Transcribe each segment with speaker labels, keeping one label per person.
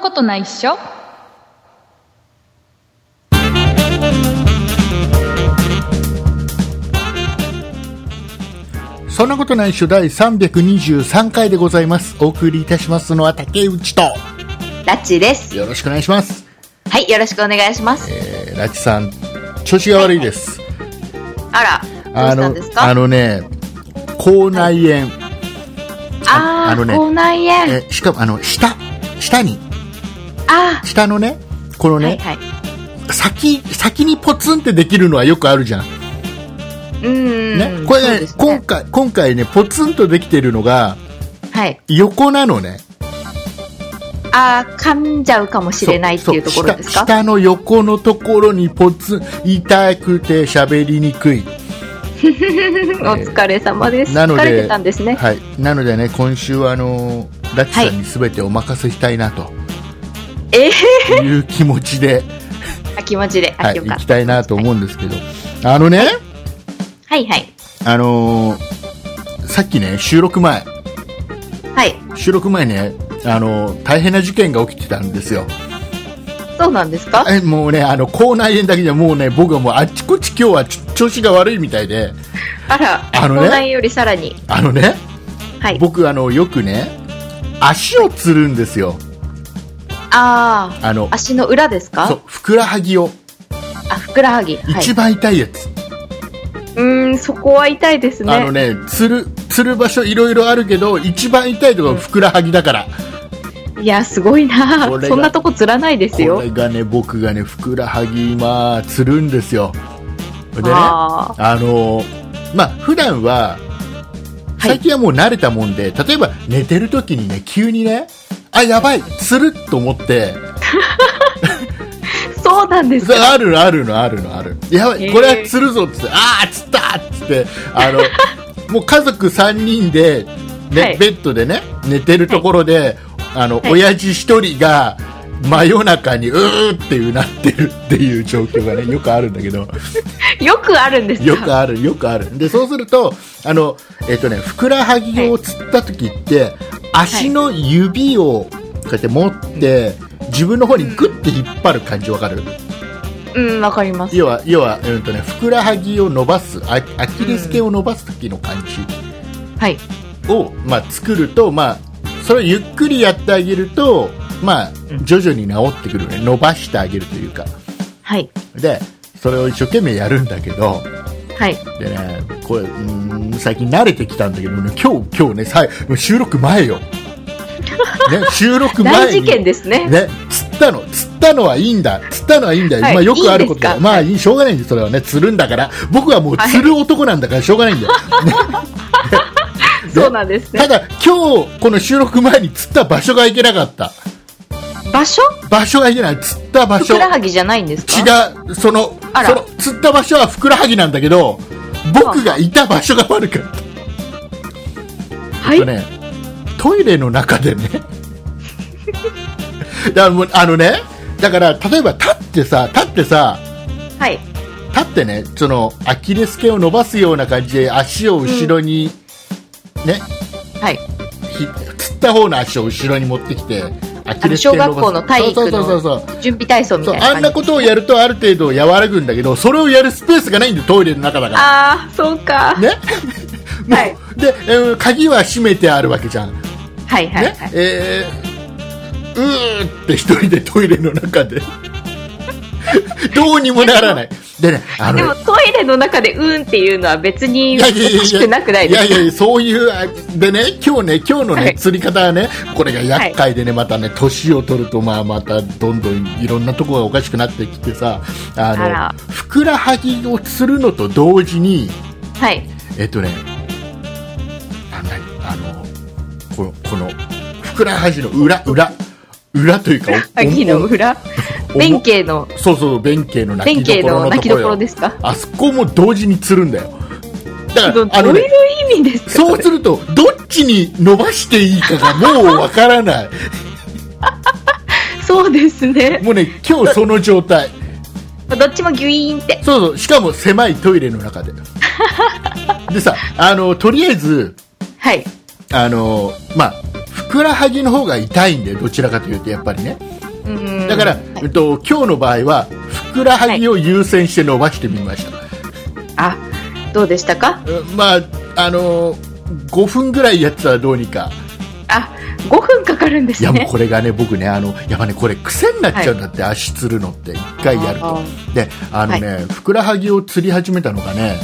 Speaker 1: ことないっしょ
Speaker 2: そんなことないっしょ第323回でございます。お送りいたしますのは竹内と。
Speaker 3: ラッチーです。
Speaker 2: よろしくお願いします。
Speaker 3: はい、よろしくお願いします。
Speaker 2: えー、ラチさん、調子が悪いです。
Speaker 3: あら、どうしたんですか
Speaker 2: あのね、口内炎。
Speaker 3: あー
Speaker 2: あのね
Speaker 3: 口内炎。
Speaker 2: えーしかも、あの、下、下に、
Speaker 3: あ
Speaker 2: 下のね、この
Speaker 3: ー、
Speaker 2: ね、
Speaker 3: はいはい。
Speaker 2: 先、先にポツンってできるのはよくあるじゃん。
Speaker 3: う
Speaker 2: ね
Speaker 3: ー。ん。
Speaker 2: これ
Speaker 3: そう
Speaker 2: ね
Speaker 3: です
Speaker 2: 今回、今回ね、ポツンとできてるのが、
Speaker 3: はい。
Speaker 2: 横なのね。
Speaker 3: あー、噛んじゃうかもしれないっていうところで
Speaker 2: そ
Speaker 3: す
Speaker 2: うそう下
Speaker 3: か
Speaker 2: 下の横のところにポツン、痛くて喋りにくい。
Speaker 3: お疲れ様です。
Speaker 2: なの
Speaker 3: 疲れ
Speaker 2: で、
Speaker 3: てたんですね。
Speaker 2: はい。なのでね、今週はあのー、ラッチさんに全てお任せしたいなと
Speaker 3: え
Speaker 2: いう気持ち で、
Speaker 3: ー、気持ちで。あ
Speaker 2: はい、
Speaker 3: よか
Speaker 2: 行
Speaker 3: った
Speaker 2: きたいなと思うんですけど、あのね、
Speaker 3: はいはい。
Speaker 2: あのーさっきね、収録前、
Speaker 3: はい。
Speaker 2: 収録前ね、あのー大変な事件が起きてたんですよ。
Speaker 3: そうなんですか
Speaker 2: えもうね、あの、口内炎だけじゃもうね、僕はもうあっちこっち今日はちょ調子が悪いみたいで、
Speaker 3: あら、
Speaker 2: あ
Speaker 3: 口
Speaker 2: のね
Speaker 3: 内よりさらに。
Speaker 2: あのね、
Speaker 3: はい。
Speaker 2: 僕あの、よくね、足をつるんですよ。
Speaker 3: あ
Speaker 2: あの
Speaker 3: ー、、足の裏です
Speaker 2: そ
Speaker 3: か
Speaker 2: う、ふくらはぎを。
Speaker 3: あ、ふくらはぎ。はい。
Speaker 2: 一番痛いやつ。
Speaker 3: うーん、そこは痛いです
Speaker 2: あの
Speaker 3: ね。
Speaker 2: ね、つる、つる場所いろいろあるけど、一番痛いところふくらはぎだから。
Speaker 3: いや、すごいな
Speaker 2: これが
Speaker 3: そんなとこつらないです
Speaker 2: こ
Speaker 3: よ
Speaker 2: れ。がね、僕がね、ふくらはぎ、まあ、つるんですよ。でね、あ
Speaker 3: あ
Speaker 2: の、まあ、普段は、
Speaker 3: はい
Speaker 2: 最近はもう慣れたもんで、例えば寝てる時にね、急にね、あ、やばい、つるっと思って、
Speaker 3: ー、そうなんですか。
Speaker 2: あるのあるのあるのあるやばい
Speaker 3: へー
Speaker 2: これは釣るぞっつってああ釣ったっつってあの もう家族3人で、ね
Speaker 3: はい
Speaker 2: ベッドでね寝てるところで、あの
Speaker 3: はい
Speaker 2: 親父1人が真夜中にうーっていうなってるっていう状況が ねよくあるんだけど
Speaker 3: よくあるんですか
Speaker 2: よくあるよくあるでそうするとあのえっ、とねふくらはぎを釣った時って、足の指をこうやって持って自分の方にグッて引っ張る感じわかる、
Speaker 3: うん、わかります。
Speaker 2: 要は要は、うんとね、ふくらはぎを伸ばすアアキレス腱を伸ばす時の感じ
Speaker 3: はい。
Speaker 2: を、まあ、作ると、まあ、それをゆっくりやってあげると、まあ、徐々に治ってくるね伸ばしてあげるというか
Speaker 3: はい。
Speaker 2: でそれを一生懸命やるんだけど
Speaker 3: はい。
Speaker 2: で、ね、これうーん最近慣れてきたんだけど、ね、今日今日ねさいもう収録前よ、ね、収録前
Speaker 3: 大
Speaker 2: に
Speaker 3: 事件ですね。
Speaker 2: ね、釣ったの、釣ったのはいいんだ、釣ったのはいいんだよ、
Speaker 3: はい
Speaker 2: まあよくあること
Speaker 3: いいんで
Speaker 2: だ、
Speaker 3: すか
Speaker 2: まあいい、しょうがないんです、それはね、釣るんだから、僕はもう
Speaker 3: はい
Speaker 2: 釣る男なんだから、しょうがないんだよ、ね
Speaker 3: そうなんです
Speaker 2: た
Speaker 3: ね。
Speaker 2: だ、今日この収録前に釣った場所がいけなかった、
Speaker 3: 場所
Speaker 2: 場所がいけない、釣った場
Speaker 3: ふ
Speaker 2: 所、
Speaker 3: く
Speaker 2: 違
Speaker 3: らはぎじゃないんですか
Speaker 2: う、その、
Speaker 3: あら
Speaker 2: その釣った場所はふくらはぎなんだけど、僕がいた場所が悪かった、
Speaker 3: は
Speaker 2: えっと
Speaker 3: い。
Speaker 2: ね、トイレの中で ねだからもうあのねだから例えば立ってさ立ってさ
Speaker 3: はい。
Speaker 2: 立ってねそのアキレス腱を伸ばすような感じで足を後ろに、ね
Speaker 3: はい。
Speaker 2: ひつった方の足を後ろに持ってきてア
Speaker 3: あ
Speaker 2: キ
Speaker 3: の、
Speaker 2: レス腱
Speaker 3: 小
Speaker 2: を伸ばす
Speaker 3: 学校の体育
Speaker 2: そうそうそうそう
Speaker 3: の準備体操み
Speaker 2: そう
Speaker 3: たいな感じ。
Speaker 2: あんなことをやるとある程度和らぐんだけどそれをやるスペースがないんでトイレの中だか。
Speaker 3: あー、そうから
Speaker 2: ねもう
Speaker 3: はい
Speaker 2: で、えー鍵は閉めてあるわけじゃん
Speaker 3: はいはい
Speaker 2: ね
Speaker 3: はい。
Speaker 2: えーうーって一人でトイレの中 でどうにもならないでねあ
Speaker 3: で
Speaker 2: の
Speaker 3: も
Speaker 2: ね
Speaker 3: トイレの中でうんっていうのは別におかしくなくない
Speaker 2: い
Speaker 3: で
Speaker 2: や
Speaker 3: す
Speaker 2: い
Speaker 3: か
Speaker 2: やいやそういうあでね今日ね今日のね、
Speaker 3: はい
Speaker 2: 釣り方はねこれが厄介でねまたね年を取るとまあまたどんどんいろんなところがおかしくなってきてさあの
Speaker 3: あら
Speaker 2: ふくらはぎを釣るのと同時に
Speaker 3: はい。
Speaker 2: えっとね、あなにあの、この、この、ふくらはぎの裏、裏、裏というか、お
Speaker 3: 秋の裏。
Speaker 2: お
Speaker 3: 弁慶の、
Speaker 2: そうそう、弁慶の泣
Speaker 3: 弁
Speaker 2: きど
Speaker 3: 慶
Speaker 2: ころ
Speaker 3: の
Speaker 2: のと
Speaker 3: 泣き
Speaker 2: こ
Speaker 3: ど
Speaker 2: ろ
Speaker 3: こ
Speaker 2: よ
Speaker 3: ろですか
Speaker 2: あそこも同時に釣るんだよ。だか
Speaker 3: ど
Speaker 2: ら、あ
Speaker 3: ど
Speaker 2: の
Speaker 3: うい
Speaker 2: ね、
Speaker 3: う意味ですか
Speaker 2: そう
Speaker 3: れ
Speaker 2: すると、どっちに伸ばしていいかがもうわからない。
Speaker 3: そうですね。
Speaker 2: もうね、今日その状態。
Speaker 3: どっちもギュイーンって。
Speaker 2: そうそう、しかも狭いトイレの中で。でさ、あの、とりあえず、
Speaker 3: はい。
Speaker 2: あのまあふくらはぎの方が痛いんでどちらかというとやっぱりね
Speaker 3: うん
Speaker 2: だから、えっと、今日の場合はふくらはぎを優先して伸ばしてみました、
Speaker 3: あどうでしたか
Speaker 2: うんまああの5分ぐらいやってたらどうにか
Speaker 3: あ5分かかるんで
Speaker 2: い
Speaker 3: す
Speaker 2: やもう
Speaker 3: ね
Speaker 2: これがね僕ねあのやっぱねこれ癖になっちゃうんだって、足つるのって1回やると
Speaker 3: あ
Speaker 2: であのね、ふくらはぎをつり始めたのがね、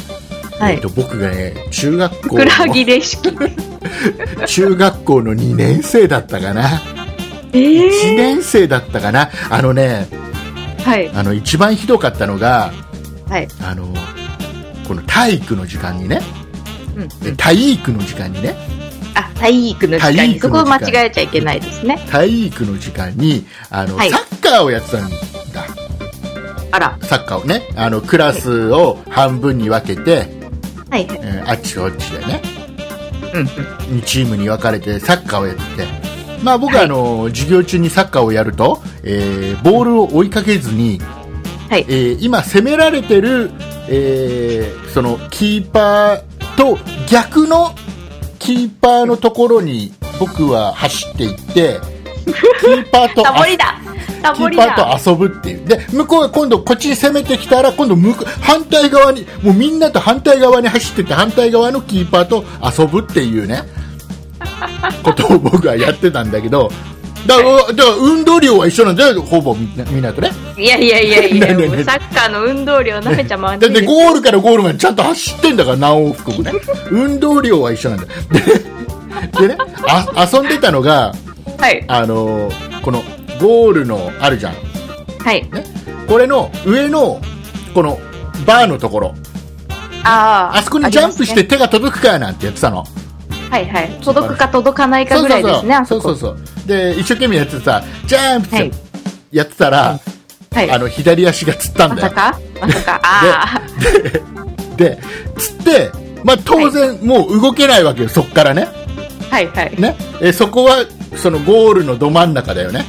Speaker 3: はい
Speaker 2: えっと僕がね中学
Speaker 3: ふ
Speaker 2: 校
Speaker 3: くらはぎ
Speaker 2: の
Speaker 3: レシピ
Speaker 2: 中学校の2年生だったかな1
Speaker 3: ええ
Speaker 2: 年生だったかなあのね
Speaker 3: はい
Speaker 2: あの一番ひどかったのが
Speaker 3: はい
Speaker 2: あのこの体育の時間にね
Speaker 3: うんうん
Speaker 2: 体育の時間にね
Speaker 3: あ体育の時間
Speaker 2: 体
Speaker 3: に
Speaker 2: 育
Speaker 3: そ
Speaker 2: の
Speaker 3: こ
Speaker 2: 時
Speaker 3: を
Speaker 2: 間
Speaker 3: 間違えちゃいけないですね
Speaker 2: 体育の時間にあの、
Speaker 3: はい
Speaker 2: サッカーをやってたんだ
Speaker 3: あら
Speaker 2: サッカーをねあのクラスを半分に分けて、
Speaker 3: はい
Speaker 2: えーあっちとあっちでね
Speaker 3: うん
Speaker 2: チームに分かれてサッカーをやってて、まあ、僕はあの、授業中にサッカーをやると、えーボールを追いかけずに、
Speaker 3: はい
Speaker 2: えー今、攻められてる、えーそのキーパーと逆のキーパーのところに僕は走っていってキーパ ーと
Speaker 3: サボ
Speaker 2: あ
Speaker 3: りだサ
Speaker 2: キ
Speaker 3: ボ
Speaker 2: ー
Speaker 3: り
Speaker 2: パ
Speaker 3: だ
Speaker 2: ーと遊ぶっていうで向こうが今度こっちに攻めてきたら今度向こう反対側にもうみんなと反対側に走ってて反対側のキーパーと遊ぶっていう ねことを僕はやってたんだけどだからだから運動量は一緒なんだよほぼみんなみんなとね
Speaker 3: いやいやいやい
Speaker 2: ね
Speaker 3: や、
Speaker 2: えねえねえ
Speaker 3: もうサッカーの運動量なめちゃまん
Speaker 2: だって
Speaker 3: で
Speaker 2: ゴールからゴールまでちゃんと走ってんだから何往復もね運動量は一緒なんだよででねあ遊んでたのが
Speaker 3: はい。
Speaker 2: あのこのゴールのあるじゃん
Speaker 3: はい。
Speaker 2: ね、これの上のこのバーのところ
Speaker 3: ああ。
Speaker 2: あそこにジャンプし
Speaker 3: あ
Speaker 2: て
Speaker 3: り
Speaker 2: 手が届くかなんてやってたの
Speaker 3: ますね。はいはい。届くか届かないかぐらいですね、あ
Speaker 2: そ
Speaker 3: そう
Speaker 2: そう
Speaker 3: こ。
Speaker 2: そうそうで一生懸命やってさジャンプ
Speaker 3: はい
Speaker 2: ってやってたら、
Speaker 3: はい。
Speaker 2: あの左足がつったん
Speaker 3: ま
Speaker 2: だ
Speaker 3: さ
Speaker 2: よ
Speaker 3: かまさか。あ
Speaker 2: でつって、まあ、当然もう動けないわけよそっからね
Speaker 3: あ。はいはい。
Speaker 2: ねえーそこはそのゴールのど真ん中だよ ね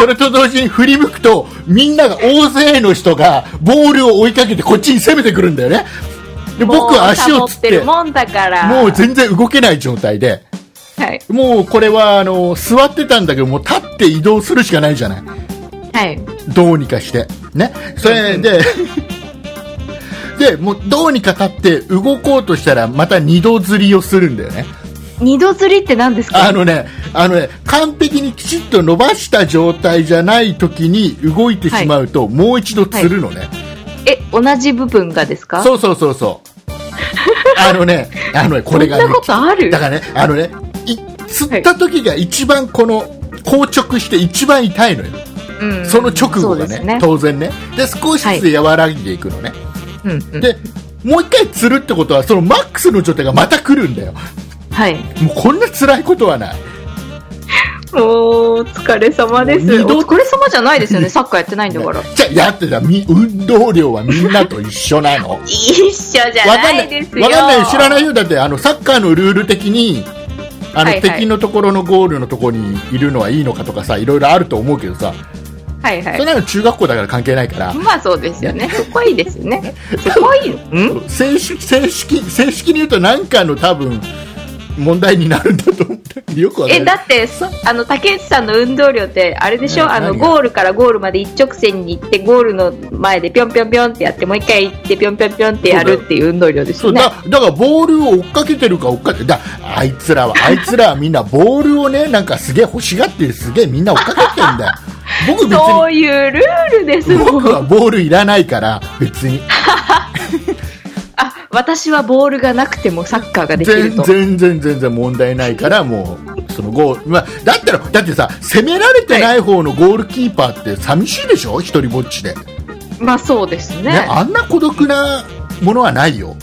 Speaker 2: それと同時に振り向くとみんなが大勢の人がボールを追いかけてこっちに攻めてくるんだよねで僕は足
Speaker 3: も
Speaker 2: を
Speaker 3: う
Speaker 2: つっ
Speaker 3: サボっててるもんだから。
Speaker 2: もう全然動けない状態で、
Speaker 3: はい。
Speaker 2: もうこれはあの座ってたんだけど、もう立って移動するしかないじゃない、
Speaker 3: はい。
Speaker 2: どうにかして、ね、それで、でもうどうにか立って動こうとしたら、また二度釣りをするんだよね、
Speaker 3: 二度釣りって何ですか
Speaker 2: あのね、あのね完璧にきちっと伸ばした状態じゃない時に動いてしまうと、もう一度釣るのね、
Speaker 3: え、同じ部分がですか
Speaker 2: そうそうそうそう。 あのね、あのね、これがね
Speaker 3: そんなことある
Speaker 2: だからね、あのね、い釣った時が一番この、硬直して一番痛いのよ。
Speaker 3: うん
Speaker 2: その直後
Speaker 3: そ
Speaker 2: が
Speaker 3: うで
Speaker 2: ね、
Speaker 3: すね。
Speaker 2: 当然ね。で、少しずつ和らぎでいくのね。
Speaker 3: うんうん
Speaker 2: で、もう一回釣るってことは、そのマックスの状態がまた来るんだよ。
Speaker 3: はい。
Speaker 2: もうこんな辛いことはない。
Speaker 3: おー、疲れ様です。
Speaker 2: 二度
Speaker 3: お疲れ様じゃないです よね。サッカーやってないんだから。
Speaker 2: じゃあ、やってた、み運動量はみんなと一緒なの。
Speaker 3: 一緒じゃ
Speaker 2: わかんな
Speaker 3: な
Speaker 2: い
Speaker 3: です
Speaker 2: い、
Speaker 3: よ。
Speaker 2: わかんない、知らないよ。だって、あの、サッカーのルール的に、あの、
Speaker 3: はいはい
Speaker 2: 敵のところのゴールのところにいるのはいいのかとかさ、いろいろあると思うけどさ、
Speaker 3: はいはい
Speaker 2: それ。なの中学校だから関係ないから、
Speaker 3: まあそうですよね。そこはいいですよね。そこはい いの。ん
Speaker 2: 正式、正式、正式に言うと何かの多分、問題になるんだと思って、よくわか
Speaker 3: え、
Speaker 2: ん
Speaker 3: だ
Speaker 2: ない。
Speaker 3: って、そあの、竹内さんの運動量って、あれでしょ
Speaker 2: ね
Speaker 3: あの、
Speaker 2: 何が
Speaker 3: ゴールからゴールまで一直線に行って、ゴールの前でぴょんぴょんぴょんってやって、もう一回行って、ぴょんぴょんぴょんってやるっていう運動量です
Speaker 2: そ
Speaker 3: よ
Speaker 2: う
Speaker 3: ね。
Speaker 2: だだからボールを追っかけてるか追っかけてだあいつらはあいつらはみんなボールをねなんかすげえ欲しがってすげえみんな追っかけて んだよ僕別に
Speaker 3: そういうルールですも
Speaker 2: 僕
Speaker 3: ん。
Speaker 2: はボールいらないから別 に
Speaker 3: あ、私はボールがなくてもサッカーができる
Speaker 2: 全
Speaker 3: と。
Speaker 2: 然全然問題ないからもうそのゴール、まあ、だったらだってさ攻められてない方のゴールキーパーって寂しいでしょ一人ぼっちで、ね
Speaker 3: まあそうですね。
Speaker 2: あんな孤独なものはないよ、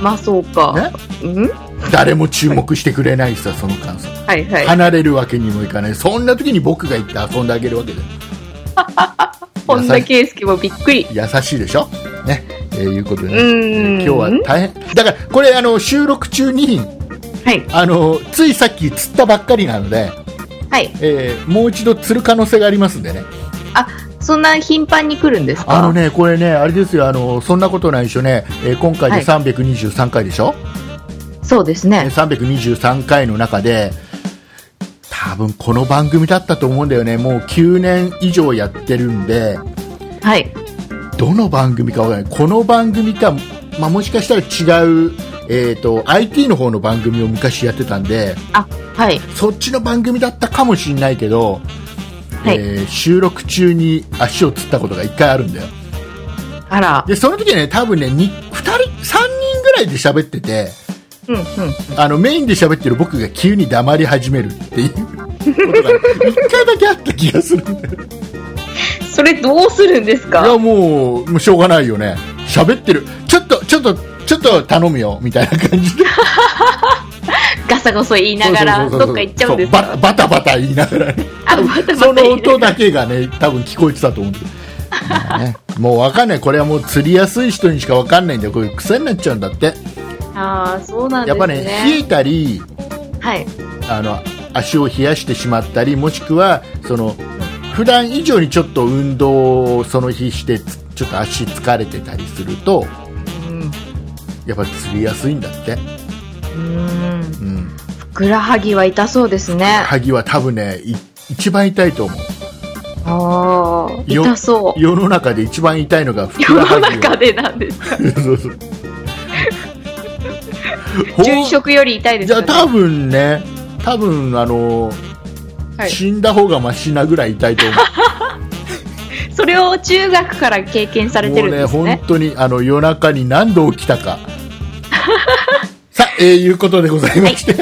Speaker 3: まあそうか
Speaker 2: ね。、
Speaker 3: うん
Speaker 2: 誰も注目してくれないしさその感想、
Speaker 3: はいはい。
Speaker 2: 離れるわけにもいかないそんな時に僕が行って遊んであげるわけで
Speaker 3: 本田圭佑もびっくり。
Speaker 2: 優しいでしょねえーいうことで、ね
Speaker 3: う
Speaker 2: えー
Speaker 3: ー
Speaker 2: 今
Speaker 3: ん
Speaker 2: 日は大変だからこれあの収録中に
Speaker 3: はい。
Speaker 2: あのついさっき釣ったばっかりなので、
Speaker 3: はい。
Speaker 2: えーもう一度釣る可能性がありますんでね
Speaker 3: あ、そんな頻繁に来るんですか
Speaker 2: あのね、これね、あれですよ、あの、そんなことないでしょね、えー今回
Speaker 3: は
Speaker 2: で
Speaker 3: い
Speaker 2: 323回でしょ、
Speaker 3: そうです
Speaker 2: えー
Speaker 3: ね。
Speaker 2: ?323 回の中で、多多分この番組だったと思うんだよね。もう9年以上やってるんで、
Speaker 3: はい。
Speaker 2: どの番組かわからない。この番組か、まあ、もしかしたら違う、えっ、と、IT の方の番組を昔やってたんで、
Speaker 3: あ、はい。
Speaker 2: そっちの番組だったかもしれないけど、
Speaker 3: はい
Speaker 2: えー収録中に足をつったことが1回あるんだよ。
Speaker 3: あら。
Speaker 2: で、その時はね、多分ね、に2人、3人ぐらいで喋ってて、
Speaker 3: うんうん。
Speaker 2: あの、メインで喋ってる僕が急に黙り始めるっていうことが、1回だけあった気がするんだよ
Speaker 3: それどうするんです
Speaker 2: いや
Speaker 3: か
Speaker 2: もうもうしょうがないよね喋ってるちょっとちょっとちょっと頼むよみたいな感じで
Speaker 3: ガサゴソ言い ながら、
Speaker 2: そうそ
Speaker 3: ど
Speaker 2: そ
Speaker 3: っ
Speaker 2: そ
Speaker 3: か行っちゃうんです
Speaker 2: そバ
Speaker 3: か
Speaker 2: バタバタ言いな がらね
Speaker 3: あ、また
Speaker 2: その
Speaker 3: また言いなが
Speaker 2: 音だけがね多分聞こえてたと思うんだけどまあねもうわかんないこれはもう釣りやすい人にしかわかんないんだよこういう癖になっちゃうんだって
Speaker 3: ら。あーそうなんで
Speaker 2: やっ
Speaker 3: す
Speaker 2: ぱ
Speaker 3: ね。
Speaker 2: ね冷えたり
Speaker 3: はい。
Speaker 2: あの足を冷やしてしまったりもしくはその普段以上にちょっと運動をその日してつちょっと足疲れてたりすると
Speaker 3: うん。
Speaker 2: やっぱ釣りやすいんだって、
Speaker 3: うん。
Speaker 2: うん、
Speaker 3: ふくらはぎは痛そうですね。
Speaker 2: 鍵は多分ねい一番痛いと思う
Speaker 3: ああ、
Speaker 2: よ
Speaker 3: 痛そう。
Speaker 2: 世の中で一番痛いのがふ
Speaker 3: 世
Speaker 2: くらは
Speaker 3: の
Speaker 2: ぎ
Speaker 3: 中でなんですか。
Speaker 2: をそうそう ほう
Speaker 3: 殉職より痛いです
Speaker 2: じゃ
Speaker 3: よ
Speaker 2: あ
Speaker 3: ね。
Speaker 2: 多分ね多分あの、
Speaker 3: はい
Speaker 2: 死んだ方がマシなぐらい痛いと思
Speaker 3: それを中学から経験され
Speaker 2: う
Speaker 3: て
Speaker 2: も
Speaker 3: る
Speaker 2: うんね
Speaker 3: です
Speaker 2: 本
Speaker 3: ね。
Speaker 2: 当にあの夜中に何度起きた かさあ、えーいうことでございまして、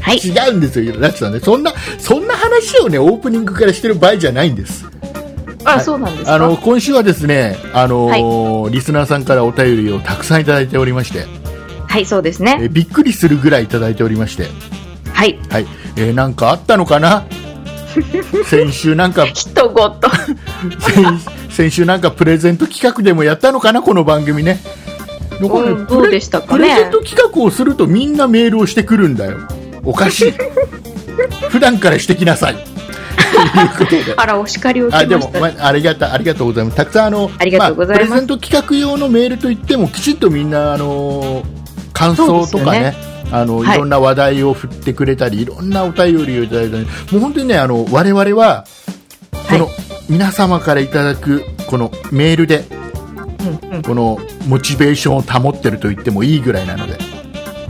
Speaker 3: はい。
Speaker 2: 違うんですよ、ラッツさんね。そんな、そんな話をね、オープニングからしてる場合じゃないんです。
Speaker 3: あ、そうなんですか。
Speaker 2: あの、今週はですね、あのーリスナーさんからお便りをたくさんいただいておりまして、
Speaker 3: はい、そうです
Speaker 2: え
Speaker 3: ね。
Speaker 2: びっくりするぐらいいただいておりまして、
Speaker 3: はい。
Speaker 2: はい、えーなんかあったのか な先週なんか、
Speaker 3: 人ごと。
Speaker 2: 先先週なんかプレゼント企画でもやったのかなこの番組ね。どこ
Speaker 3: うんどうでしたか
Speaker 2: プレゼ
Speaker 3: ね
Speaker 2: ン。ト企画をするとみんなメールをしてくるんだよ。おか しい。普段からしてきなさい。ということで。
Speaker 3: あら、お叱りを受
Speaker 2: あ
Speaker 3: け
Speaker 2: で
Speaker 3: ま
Speaker 2: も
Speaker 3: した、ね。
Speaker 2: まあ、ありがたありがとうございます。たくさんあの
Speaker 3: ありがとうございます
Speaker 2: プレゼント企画用のメールといってもきちっとみんなあの感想とかね。あのい
Speaker 3: はい
Speaker 2: ろんな話題を振ってくれたり、い、ろんなお便りをいただいたりもう本当にねあの我々はこの、
Speaker 3: は
Speaker 2: 皆様からいただくこのメールで
Speaker 3: うんうん
Speaker 2: このモチベーションを保ってると言ってもいいぐらいなので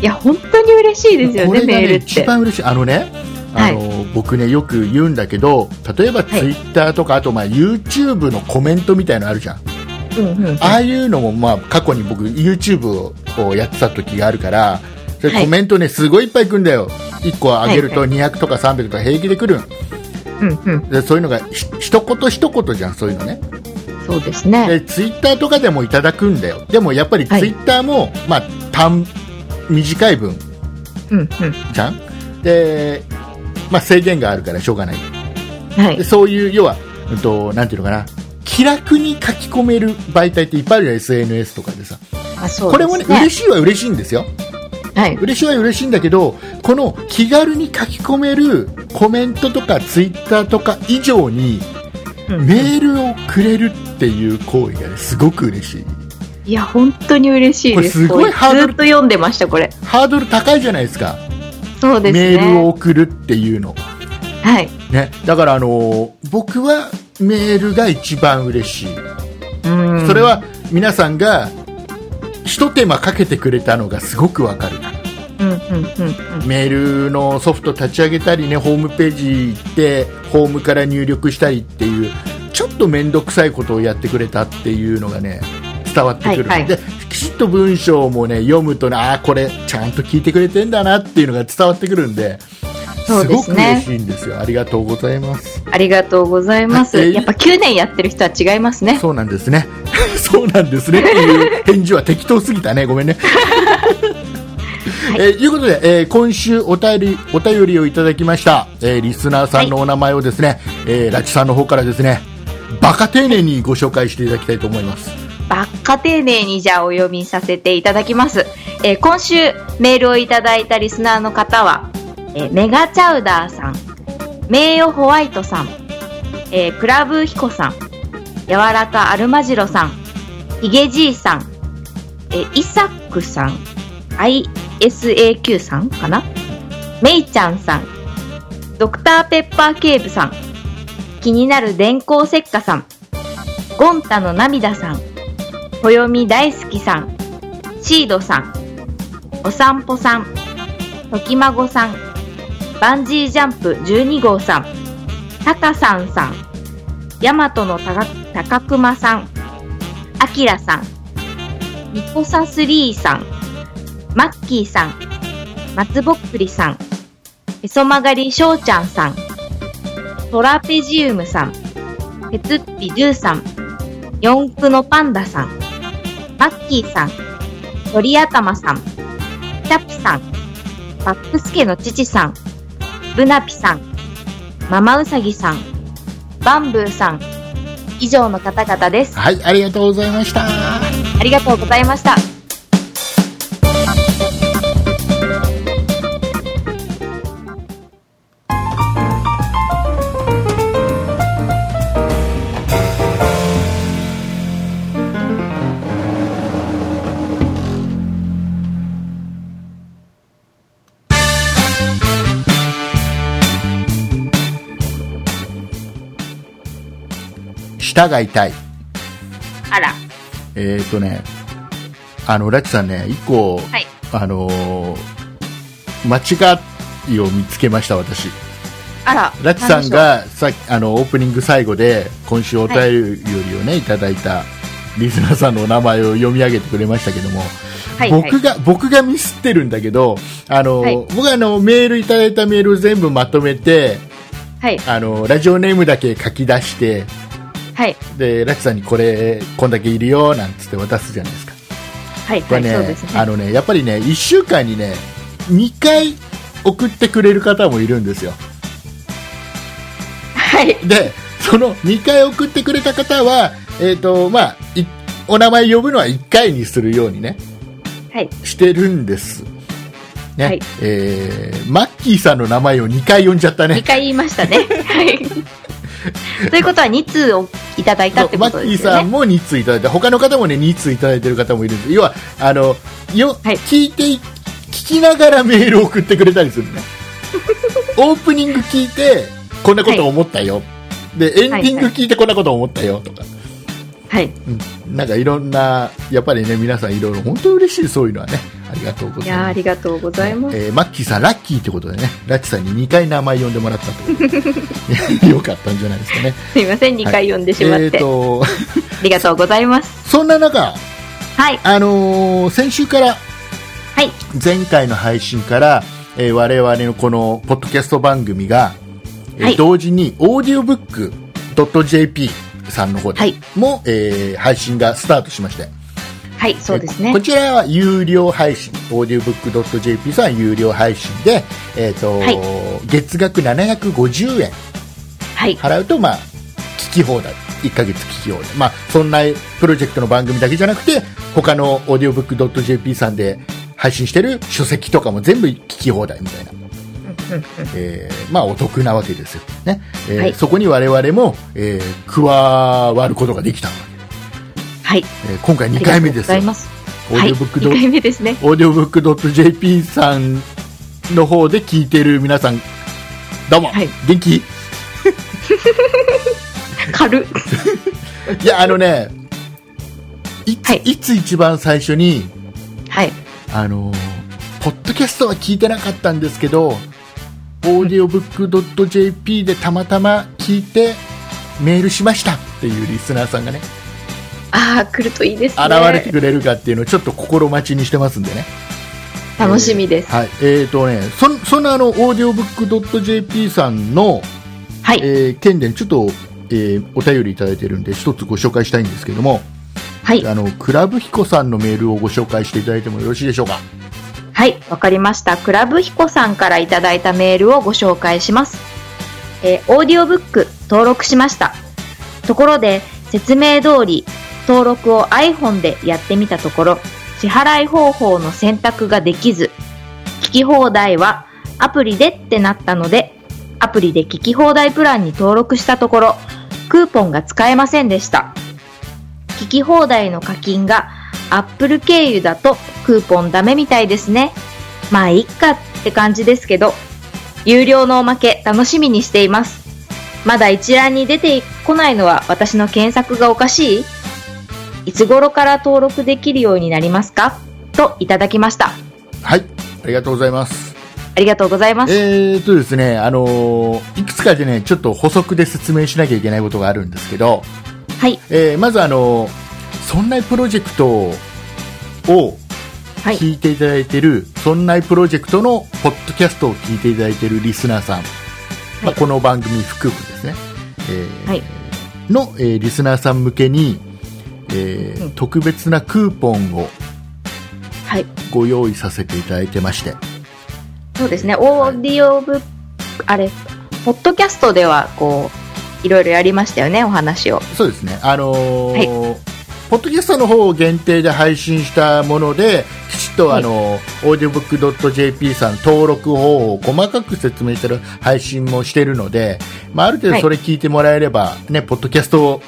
Speaker 3: いや、本当に嬉しいですよ
Speaker 2: こ
Speaker 3: ね、
Speaker 2: れが
Speaker 3: メールっ
Speaker 2: 一
Speaker 3: て。
Speaker 2: 番嬉しいあのねあの、僕ねよく言うんだけど例えばツイッターとか、あとまあ YouTube のコメントみたいのあるじゃん
Speaker 3: うんうん。
Speaker 2: ああいうのも、まあ、過去に僕、YouTube をやってた時があるから、それ
Speaker 3: はい
Speaker 2: コメントね、すごいいっぱい来るんだよ。1個上げると
Speaker 3: は
Speaker 2: 200とか300とか平気で来るん。
Speaker 3: うんうん。
Speaker 2: でそういうのが、ひ一言一言じゃん、そういうのね。
Speaker 3: そうですね。
Speaker 2: で、Twitter とかでもいただくんだよ。でもやっぱり
Speaker 3: はい
Speaker 2: Twitter も、まあ、短、短い分
Speaker 3: うんうん。
Speaker 2: じゃん。で、まあ制限があるからしょうがない。
Speaker 3: は
Speaker 2: で
Speaker 3: い。
Speaker 2: そういう、要は、うんと、なんていうのかな。気楽に書き込める媒体っていっぱいあるよ、SNS とかでさ。
Speaker 3: あ、そう
Speaker 2: こ
Speaker 3: で
Speaker 2: れ
Speaker 3: す
Speaker 2: も
Speaker 3: ね。
Speaker 2: ね、嬉しいは嬉しいんですよ。
Speaker 3: はい。
Speaker 2: 嬉しいは嬉しいんだけど、この気軽に書き込めるコメントとかツイッターとか以上に、
Speaker 3: うん
Speaker 2: メールをくれるっていう行為がね、すごく嬉しい。
Speaker 3: いや、本当に嬉しいで
Speaker 2: これす
Speaker 3: す。
Speaker 2: ごい
Speaker 3: こう
Speaker 2: ハードル
Speaker 3: ずっと読んでました、これ。
Speaker 2: ハードル高いじゃないですか。
Speaker 3: そうです
Speaker 2: メ
Speaker 3: ね。
Speaker 2: ールを送るっていうの。
Speaker 3: はい。
Speaker 2: ね。だから、あのー僕はメールが一番嬉しい。
Speaker 3: うん
Speaker 2: それ、は皆さんが、一手間かけてくれたのがすごくわかる。
Speaker 3: うんうんうんうん。
Speaker 2: メールのソフト立ち上げたりね、ホームページ行って、ホームから入力したりっていう、ちょっと面倒くさいことをやってくれたっていうのがね、伝わってくる。
Speaker 3: はいはい
Speaker 2: で、きちっと文章もね、読むとね、ああ、これ、ちゃんと聞いてくれてんだなっていうのが伝わってくるんで、
Speaker 3: そうですすね
Speaker 2: ごく嬉しいんですよ。ありがとうございます。
Speaker 3: ありがとうございます。
Speaker 2: はいえー
Speaker 3: やっぱ9年やってる人は違いますね。
Speaker 2: そうなんですね。 そうなんですねっていう返事は適当すぎたね。ごめんね。えーいうことで、えー今週お便り、お便りをいただきました、えーリスナーさんのお名前をですね、えーラチさんの方からですね、バカ丁寧にご紹介していただきたいと思います。
Speaker 3: ばっか丁寧にじゃあお読みさせていただきます。えー今週メールをいただいたリスナーの方は、えーメガチャウダーさん、名誉ホワイトさん、えークラブヒコさん、柔らかアルマジロさん、ヒゲじいさん、えーイサックさん、ISAQ さんかなメイちゃんさん、ドクターペッパーケーブさん、気になる電光石火さん、ゴンタの涙さん、暦大好きさん、シードさん、お散歩さん、時孫さん、バンジージャンプ12号さん、タカさんさん、ヤマトのたか高熊さん、アキラさん、ニコサスリーさん、マッキーさん、松ぼっくりさん、へそ曲がりしょうちゃんさん、トラペジウムさん、ペツッピジューさん、四駆のパンダさん、マッキーさん、鳥頭さん、キャピさん、バックスケの父さん、ブナピさん、ママウサギさん、バンブーさん、以上の方々です。
Speaker 2: はい、ありがとうございました。
Speaker 3: ありがとうございました。
Speaker 2: 舌が痛い。
Speaker 3: あら、
Speaker 2: えっ、ー、とね、あの、ラチさんね、一個、
Speaker 3: はい。
Speaker 2: あのー間違いを見つけました、私。
Speaker 3: あら、
Speaker 2: ラチさん
Speaker 3: なんでし
Speaker 2: がさっきあのオープニング最後で今週お便りをね、い、ただいたリスナーさんのお名前を読み上げてくれましたけども、
Speaker 3: ょう、はいはい
Speaker 2: 僕が僕がミスってるんだけどあの、
Speaker 3: はい
Speaker 2: 僕はあのメールいただいたメールを全部まとめて
Speaker 3: はい、
Speaker 2: あのラジオネームだけ書き出して
Speaker 3: はい、
Speaker 2: でラチさんにこれこんだけいるよなんつって渡すじゃないですか。
Speaker 3: はい、
Speaker 2: こ
Speaker 3: は
Speaker 2: れ
Speaker 3: い、
Speaker 2: ね,、
Speaker 3: そうですね。
Speaker 2: あのねやっぱりね1週間にね2回送ってくれる方もいるんですよ。
Speaker 3: はい、
Speaker 2: でその2回送ってくれた方は、えーとまあ、いお名前呼ぶのは1回にするようにね
Speaker 3: はい、
Speaker 2: してるんです、ね
Speaker 3: はい
Speaker 2: えーマッキーさんの名前を2回呼んじゃった
Speaker 3: 2
Speaker 2: ね
Speaker 3: 回言いましたね。はい。ということは、2通をいただいたって
Speaker 2: マ
Speaker 3: こと
Speaker 2: ッキ
Speaker 3: で
Speaker 2: ー
Speaker 3: すよ
Speaker 2: さん
Speaker 3: ね。
Speaker 2: も2通いただいて他の方も、ね、2通いただいてる方もいるんで要はあのよ、
Speaker 3: はい
Speaker 2: 聞いてい聞きながらメールを送ってくれたりする ねオープニング聞いてこんなこと思ったよ、でエンディング聞いてこんなこと思ったよとか、
Speaker 3: はい。
Speaker 2: うんなんかいろんな、やっぱりね、皆さんいろいろ、本当嬉しい、そういうのはね、ありがとうご
Speaker 3: い
Speaker 2: ざい
Speaker 3: やーあ
Speaker 2: ます。
Speaker 3: りがとうございます。
Speaker 2: えーマッキーさん、ラッキーってことでね、ラッチさんに2回名前呼んでもら ったってことで、よかったんじゃないですかね。
Speaker 3: すいません、2回読んでしまっ
Speaker 2: えー
Speaker 3: て。
Speaker 2: と、
Speaker 3: ありがとうございます。
Speaker 2: そんな中、
Speaker 3: はい、
Speaker 2: あのー先週から、
Speaker 3: はい、
Speaker 2: 前回の配信から、えー我々のこの、ポッドキャスト番組が、えー
Speaker 3: はい
Speaker 2: 同時に、オーディオブック .jp さんの方で
Speaker 3: はい
Speaker 2: も、えー配信がスタートしまして、
Speaker 3: はい、そうです
Speaker 2: え
Speaker 3: ね
Speaker 2: こ。ちらは有料配信、audiobook.jp さんは有料配信で、えっ、と、
Speaker 3: はい
Speaker 2: 月額750円
Speaker 3: はい、
Speaker 2: 払うと、まあ、聞き放題。1ヶ月聞き放題。まあ、そんなプロジェクトの番組だけじゃなくて、他の audiobook.jp さんで配信してる書籍とかも全部聞き放題み たいな。えーまあ、お得なわけですよ。ね。えー
Speaker 3: はい
Speaker 2: そこに我々も、えー加わることができたわ
Speaker 3: はい、
Speaker 2: け。えー今回
Speaker 3: あ
Speaker 2: 2
Speaker 3: りがと
Speaker 2: 回
Speaker 3: う
Speaker 2: 目
Speaker 3: ご
Speaker 2: です
Speaker 3: ざ
Speaker 2: よ。
Speaker 3: います。はい、
Speaker 2: audiobook.jp
Speaker 3: 2回目ですね。
Speaker 2: オーディオブックドット JP さんの方で聞いてる皆さん、どうも、
Speaker 3: はい
Speaker 2: 元 気い
Speaker 3: 軽っ。
Speaker 2: や、あのね、いつ、
Speaker 3: はい
Speaker 2: い、つ一番最初に、
Speaker 3: はい、
Speaker 2: あのー、ポッドキャストは聞いてなかったんですけど、オーディオブックドット JP でたまたま聞いて、メールしましたっていうリスナーさんがね、
Speaker 3: あー、来るといいですね。
Speaker 2: 現れてくれるかっていうのをちょっと心待ちにしてますんでね。
Speaker 3: 楽しみです。
Speaker 2: はい。えっ、とね、そん、そんなあの、オーディオブックドット JP さんの、
Speaker 3: はい、
Speaker 2: えー、県でちょっと、えーお便りいただいてるんで一つご紹介したいんですけども
Speaker 3: はい、
Speaker 2: あのクラブ彦さんのメールをご紹介していただいてもよろしいでしょうか
Speaker 3: はい、わかりました。クラブヒコさんからいただいたメールをご紹介します。えーオーディオブック登録しました。ところで、説明通り、登録を iPhone でやってみたところ、支払い方法の選択ができず、聞き放題はアプリでってなったので、アプリで聞き放題プランに登録したところ、クーポンが使えませんでした。聞き放題の課金が Apple 経由だとクーポンダメみたいですね。まあ、いっかって感じですけど、有料のおまけ楽しみにしています。まだ一覧に出てこないのは私の検索がおかしいいつ頃から登録できるようになりますかといただきました。
Speaker 2: はい、ありがとうございます。
Speaker 3: ありがとうございます。
Speaker 2: えーとですね、あのーいくつかでね、ちょっと補足で説明しなきゃいけないことがあるんですけど、
Speaker 3: はい。
Speaker 2: えーまずあのーそんないプロジェクトを
Speaker 3: はい。
Speaker 2: 聞いていただいている、そんないプロジェクトのポッドキャストを聞いていただいているリスナーさん、まあ、この番組含むですね、えー
Speaker 3: はい。
Speaker 2: の、えーリスナーさん向けに、えー
Speaker 3: うん
Speaker 2: 特別なクーポンを
Speaker 3: はい。
Speaker 2: ご用意させていただいてまして、
Speaker 3: そうですね。オーディオブ、あれ、ポッドキャストでは、こう、いろいろやりましたよね、お話を。
Speaker 2: そうですね、あのーポッドキャストの方を限定で配信したもので、きちっと、あのーオーディオブック .jp さん登録方法を細かく説明してる配信もしてるので、まあ、ある程
Speaker 3: は
Speaker 2: 度
Speaker 3: い
Speaker 2: それ聞いてもらえれば、ね、ポッドキャスト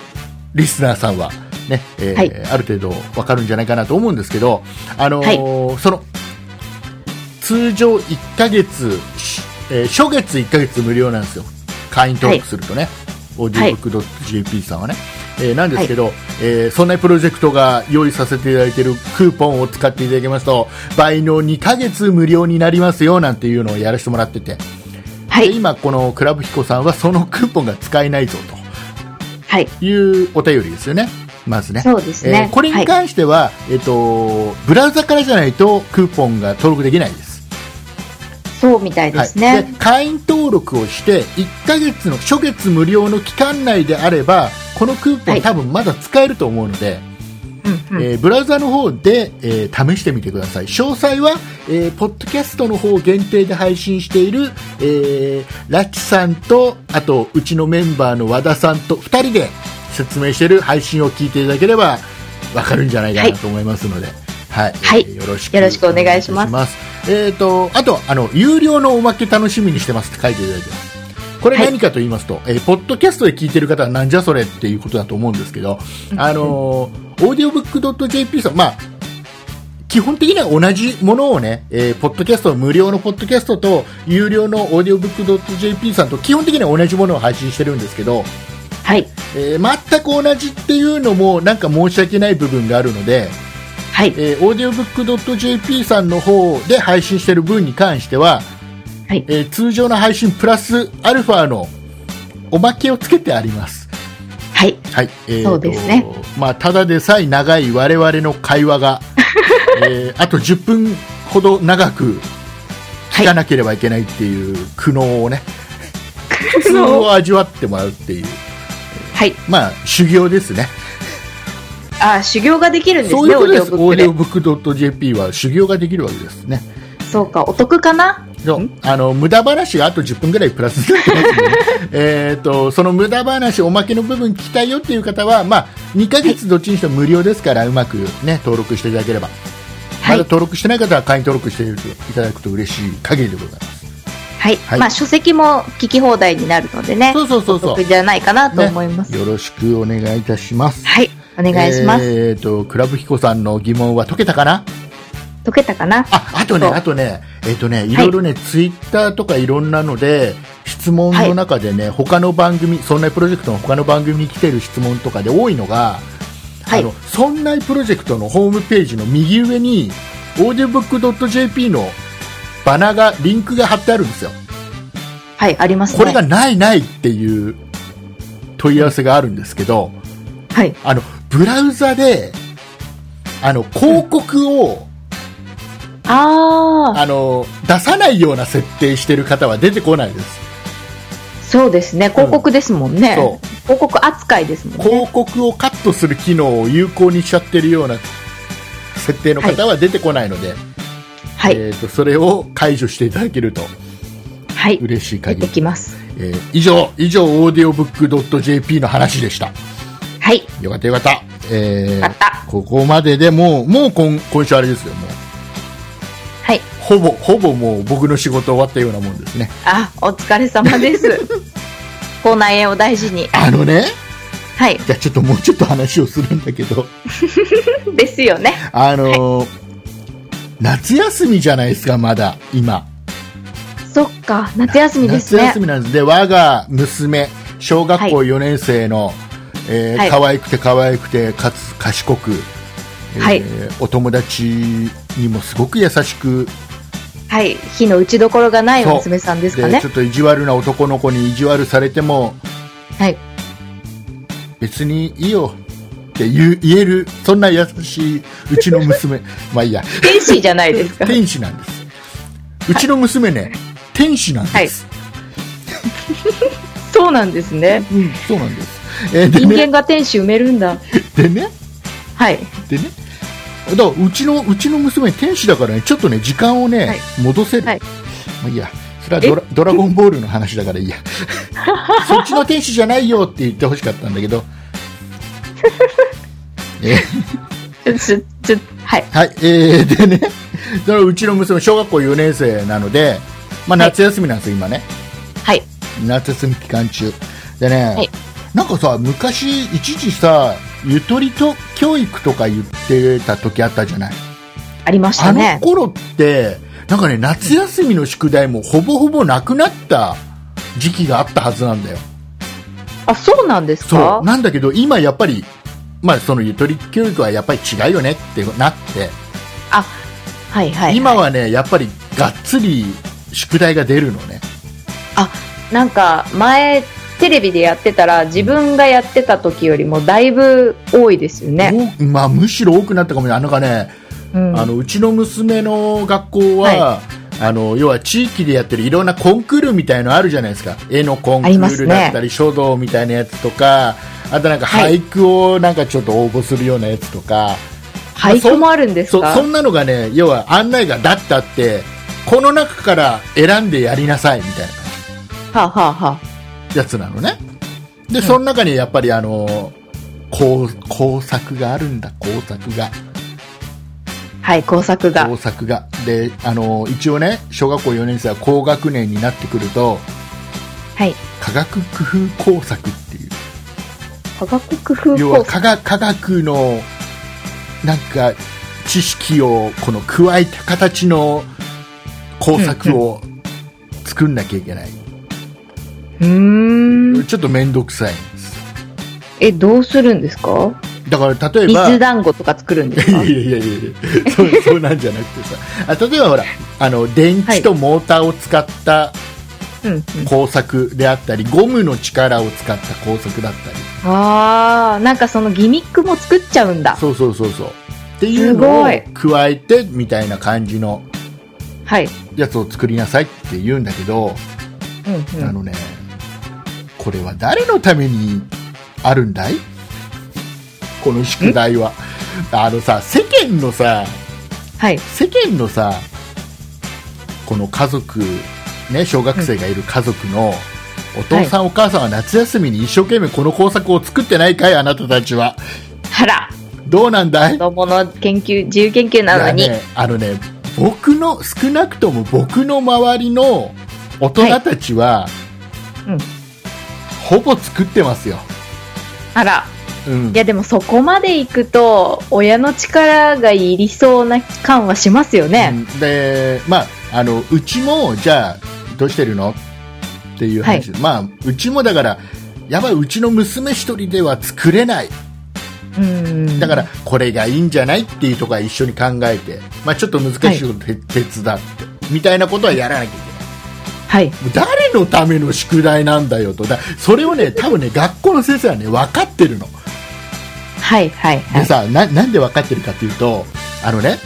Speaker 2: リスナーさんは、ねえー
Speaker 3: はい
Speaker 2: ある程度わかるんじゃないかなと思うんですけど、あのーその通常1ヶ月、しえー初月1ヶ月無料なんですよ会員登録するとね、オーディオブック .jp さんはね、えーなんですけど、えーそんなプロジェクトが用意させていただいているクーポンを使っていただきますと倍の2ヶ月無料になりますよなんていうのをやらせてもらってて、
Speaker 3: は
Speaker 2: で
Speaker 3: い。
Speaker 2: 今このクラブ彦さんはそのクーポンが使えないぞと
Speaker 3: はい。
Speaker 2: いうお便りですよね、まずね。
Speaker 3: そうですね。
Speaker 2: えーこれに
Speaker 3: はい、
Speaker 2: 関しては、えっと、ブラウザからじゃないとクーポンが登録できないです。
Speaker 3: そうみたいですね。
Speaker 2: はい、で会員登録をして1ヶ月の初月無料の期間内であればこのクーポン、
Speaker 3: はい
Speaker 2: 多分まだ使えると思うので、
Speaker 3: うんうん
Speaker 2: えーブラウザの方で、えー試してみてください詳細は、えーポッドキャストの方限定で配信している、えーラチさんとあとうちのメンバーの和田さんと2人で説明している配信を聞いていただければわかるんじゃないかなと思いますので、はい
Speaker 3: はい
Speaker 2: えーよろしく
Speaker 3: よろしくお願いします
Speaker 2: お願いしますえっ、とあとあの有料のおまけ楽しみにしてますって書いていただいてますこれ何かと言いますと、えーポッドキャストで聞いてる方はなんじゃそれっていうことだと思うんですけど、あのー、オーディオブックドット JP さん、まあ、基本的には同じものをね、えーポッドキャスト、無料のポッドキャストと、有料のオーディオブックドット JP さんと、基本的には同じものを配信してるんですけど、
Speaker 3: はい。
Speaker 2: えー全く同じっていうのも、なんか申し訳ない部分があるので、
Speaker 3: はい。
Speaker 2: えー、オーディオブックドット JP さんの方で配信してる分に関しては、
Speaker 3: はい。
Speaker 2: えー通常の配信プラスアルファのおまけをつけてあります。
Speaker 3: はい。
Speaker 2: はい、えーと
Speaker 3: そうですね。
Speaker 2: まあ、ただでさえ長い我々の会話 が、えーあと10分ほど長く聞かなければいけないっていう苦悩を ね、苦悩を味わってもらうっていう、
Speaker 3: はい。
Speaker 2: まあ、修行ですね。
Speaker 3: あー、修行ができるんですね、
Speaker 2: そういうことです。
Speaker 3: オ
Speaker 2: オ
Speaker 3: ー
Speaker 2: ー
Speaker 3: デ
Speaker 2: ディ
Speaker 3: ィオ
Speaker 2: オ
Speaker 3: ブッ
Speaker 2: ブックドット JP は修行ができるわけですね。
Speaker 3: クで。そうか、お得かな
Speaker 2: そうあの無駄話があと10分ぐらいプラスになってますの で、えーとその無駄話、おまけの部分聞きたいよっていう方は、まあ、2ヶ月どっちにしても無料ですから、うまく、ね、登録していただければ、ま
Speaker 3: は
Speaker 2: だ
Speaker 3: い
Speaker 2: 登録してない方は会員登録していただくと嬉しい限りでございます。
Speaker 3: はい。
Speaker 2: はい
Speaker 3: まあ、書籍も聞き放題になるのでね。
Speaker 2: そうそうそうそう
Speaker 3: お得じゃないかなと思います。
Speaker 2: ねよろしくお願いいたします。
Speaker 3: はい。お願いします。
Speaker 2: えーと、クラブ彦さんの疑問は解けたかな
Speaker 3: 解けたかな
Speaker 2: あ、あとね、
Speaker 3: そう
Speaker 2: あとね、えっ、とね、いろいろね、ツイッターとかいろんなので、質問の中でね、他の番組、そんなプロジェクトの他の番組に来てる質問とかで多いのが、
Speaker 3: はい
Speaker 2: あの、そんなプロジェクトのホームページの右上に、オーディオブックドット JP のバナーが、リンクが貼ってあるんですよ。
Speaker 3: はい、ありますね。
Speaker 2: これがないないっていう問い合わせがあるんですけど、
Speaker 3: はい。
Speaker 2: あの、ブラウザで、あの、広告を、
Speaker 3: あ
Speaker 2: あの出さないような設定してる方は出てこないです
Speaker 3: あ、そうですね。広告ですもんね。
Speaker 2: そ
Speaker 3: 広告扱いですもんね。
Speaker 2: 広告をカットする機能を有効にしちゃってるような設定の方は出てこないので、
Speaker 3: はい。
Speaker 2: えー、とそれを解除していただけると
Speaker 3: はい。
Speaker 2: 嬉しい
Speaker 3: 出
Speaker 2: 限
Speaker 3: て
Speaker 2: り、
Speaker 3: きます。
Speaker 2: えー以上以上オーディオブックドット JP の話でした
Speaker 3: はい。
Speaker 2: よかったよかった,、えー
Speaker 3: よかった
Speaker 2: ここまででもうもう今今週あれですよもう
Speaker 3: はい。
Speaker 2: ほぼほぼもう僕の仕事終わったようなもんですね
Speaker 3: あ、お疲れ 様です。口内炎を大事に。
Speaker 2: あのね
Speaker 3: はい。
Speaker 2: じゃあちょっともうちょっと話をするんだけど
Speaker 3: ですよね。
Speaker 2: あのー夏休みじゃないですか、まだ、今。
Speaker 3: そっか、夏休みです
Speaker 2: 夏
Speaker 3: ね
Speaker 2: 休。みなんです。で、我が娘、小学校
Speaker 3: はい
Speaker 2: 4年生の、えー
Speaker 3: はい
Speaker 2: 可愛くて可愛くて、かつ賢く、えー
Speaker 3: はい
Speaker 2: お友達にもすごく優しく、
Speaker 3: はい、火の打ちどころがないお娘さんですか
Speaker 2: で
Speaker 3: ね
Speaker 2: ちょ。っと意地悪な男の子に意地悪されても、
Speaker 3: はい。
Speaker 2: 別にいいよって言う言える、そんな優しいうちの 娘、まあいいや、
Speaker 3: 天使じゃないですか。
Speaker 2: 天使なんです。うちの娘ね、天使なんです。
Speaker 3: そうなんですね。
Speaker 2: うん、そうなんです。えーで
Speaker 3: 人
Speaker 2: ね、
Speaker 3: 間が天使埋めるんだ。
Speaker 2: でね、
Speaker 3: はい。
Speaker 2: でね、だからうちのうちの娘、天使だからね、ちょっとね、時間をね、
Speaker 3: はい
Speaker 2: 戻せる、
Speaker 3: はい
Speaker 2: まあいいや、それはドラドラゴンボールの話だから いいや、そっちの天使じゃないよって言ってほしかったんだけど、 え
Speaker 3: ちょ、ちょ、ちょ、はい。
Speaker 2: はい、えー、でね、だからうちの娘、小学校4年生なので、まあ、
Speaker 3: はい
Speaker 2: 夏休みなんですよ、今ね、
Speaker 3: はい。
Speaker 2: 夏休み期間中。でね、
Speaker 3: はい
Speaker 2: なんかさ、昔、一時さ、ゆとりと教育とか言ってた時あったじゃない。
Speaker 3: ありまし
Speaker 2: あ
Speaker 3: た
Speaker 2: の
Speaker 3: ね。
Speaker 2: 頃って、なんかね、夏休みの宿題もほぼほぼなくなった時期があったはずなんだよ。
Speaker 3: あ、そうなんです
Speaker 2: そ
Speaker 3: か
Speaker 2: う。なんだけど、今やっぱり、まあ、そのゆとり教育はやっぱり違うよねってなって、
Speaker 3: はいはい。
Speaker 2: 今はね、やっぱりがっつり宿題が出るのね。
Speaker 3: なんか、前、テレビでやってたら、自分がやってた時よりもだいぶ多いですよね。
Speaker 2: おまあ、むしろ多くなったかもしれない。なんかね、
Speaker 3: うん。
Speaker 2: あの、うちの娘の学校は、あの、要は地域でやってるいろんなコンクールみたいのあるじゃないですか。絵のコンク
Speaker 3: ありま
Speaker 2: ー
Speaker 3: す
Speaker 2: ル
Speaker 3: ね
Speaker 2: だったり、書道みたいなやつとか、あとなんか
Speaker 3: はい
Speaker 2: 俳句をなんかちょっと応募するようなやつとか、
Speaker 3: 俳句もあるんです
Speaker 2: そ
Speaker 3: か
Speaker 2: そんなのがね、要は案内がだったって、この中から選んでやりなさいみたい
Speaker 3: はあ、はあは
Speaker 2: なやつなのね。で、その中にやっぱりあの、工工作があるんだ、工作が。
Speaker 3: あ、はい、工作が
Speaker 2: 工。作がであの一応ね小学校4年生は高学年になってくると
Speaker 3: はい。
Speaker 2: 科学工夫工作っていう
Speaker 3: 科学工夫
Speaker 2: 要
Speaker 3: 工
Speaker 2: は
Speaker 3: 作。
Speaker 2: 科学科学のなんか知識をこの加えた形の工作を作んなきゃいけない、
Speaker 3: うーん。
Speaker 2: ちょっと面倒くさいんです
Speaker 3: え、どうするんですか
Speaker 2: だから例えば
Speaker 3: 水団子とか作るんで す
Speaker 2: い
Speaker 3: か
Speaker 2: やいやいやいやそうそうなんじゃなくてさあ例えばほらあの電池とモーターを使った
Speaker 3: うんうん。
Speaker 2: 工作であったりゴムの力を使った工作だったり
Speaker 3: ああ、なんかそのギミックも作っちゃうんだ。
Speaker 2: そうそうそうそうっていうのを
Speaker 3: す
Speaker 2: 加えてみたいな感じの
Speaker 3: はい。
Speaker 2: やつを作りなさいって言うんだけど、
Speaker 3: うんう
Speaker 2: あ
Speaker 3: ん。
Speaker 2: のねこれは誰のためにあるんだいこの宿題はあのさ世間のさ
Speaker 3: はい。
Speaker 2: 世間のさこの家族ね小学生がいる家族の、お父さん、お母さんは夏休みに一生懸命この工作を作ってないかいあなたたちは
Speaker 3: あら、
Speaker 2: どうなんだい
Speaker 3: 子供の研究、自由研究なの
Speaker 2: い
Speaker 3: に。
Speaker 2: やね、あのね僕の少なくとも僕の周りの大人たちは、
Speaker 3: うん
Speaker 2: ほぼ作ってますよ、
Speaker 3: あら。
Speaker 2: うん
Speaker 3: い、やでもそこまで行くと、親の力がいりそうな感はしますよね。
Speaker 2: うんでまああのうちもじゃあどうしてるのっていう話、まあうちもだからやばいうちの娘一人では作れない
Speaker 3: うん。
Speaker 2: だからこれがいいんじゃないっていうとこは一緒に考えて、まあ、ちょっと難しいこと手、手伝ってみたいなことはやらなきゃいけない
Speaker 3: はい。
Speaker 2: 誰のための宿題なんだよとだそれをね多分ね学校の先生はね分かってるの
Speaker 3: はい、はい、は
Speaker 2: で
Speaker 3: い。
Speaker 2: さななんで分かってるかっていうとあのね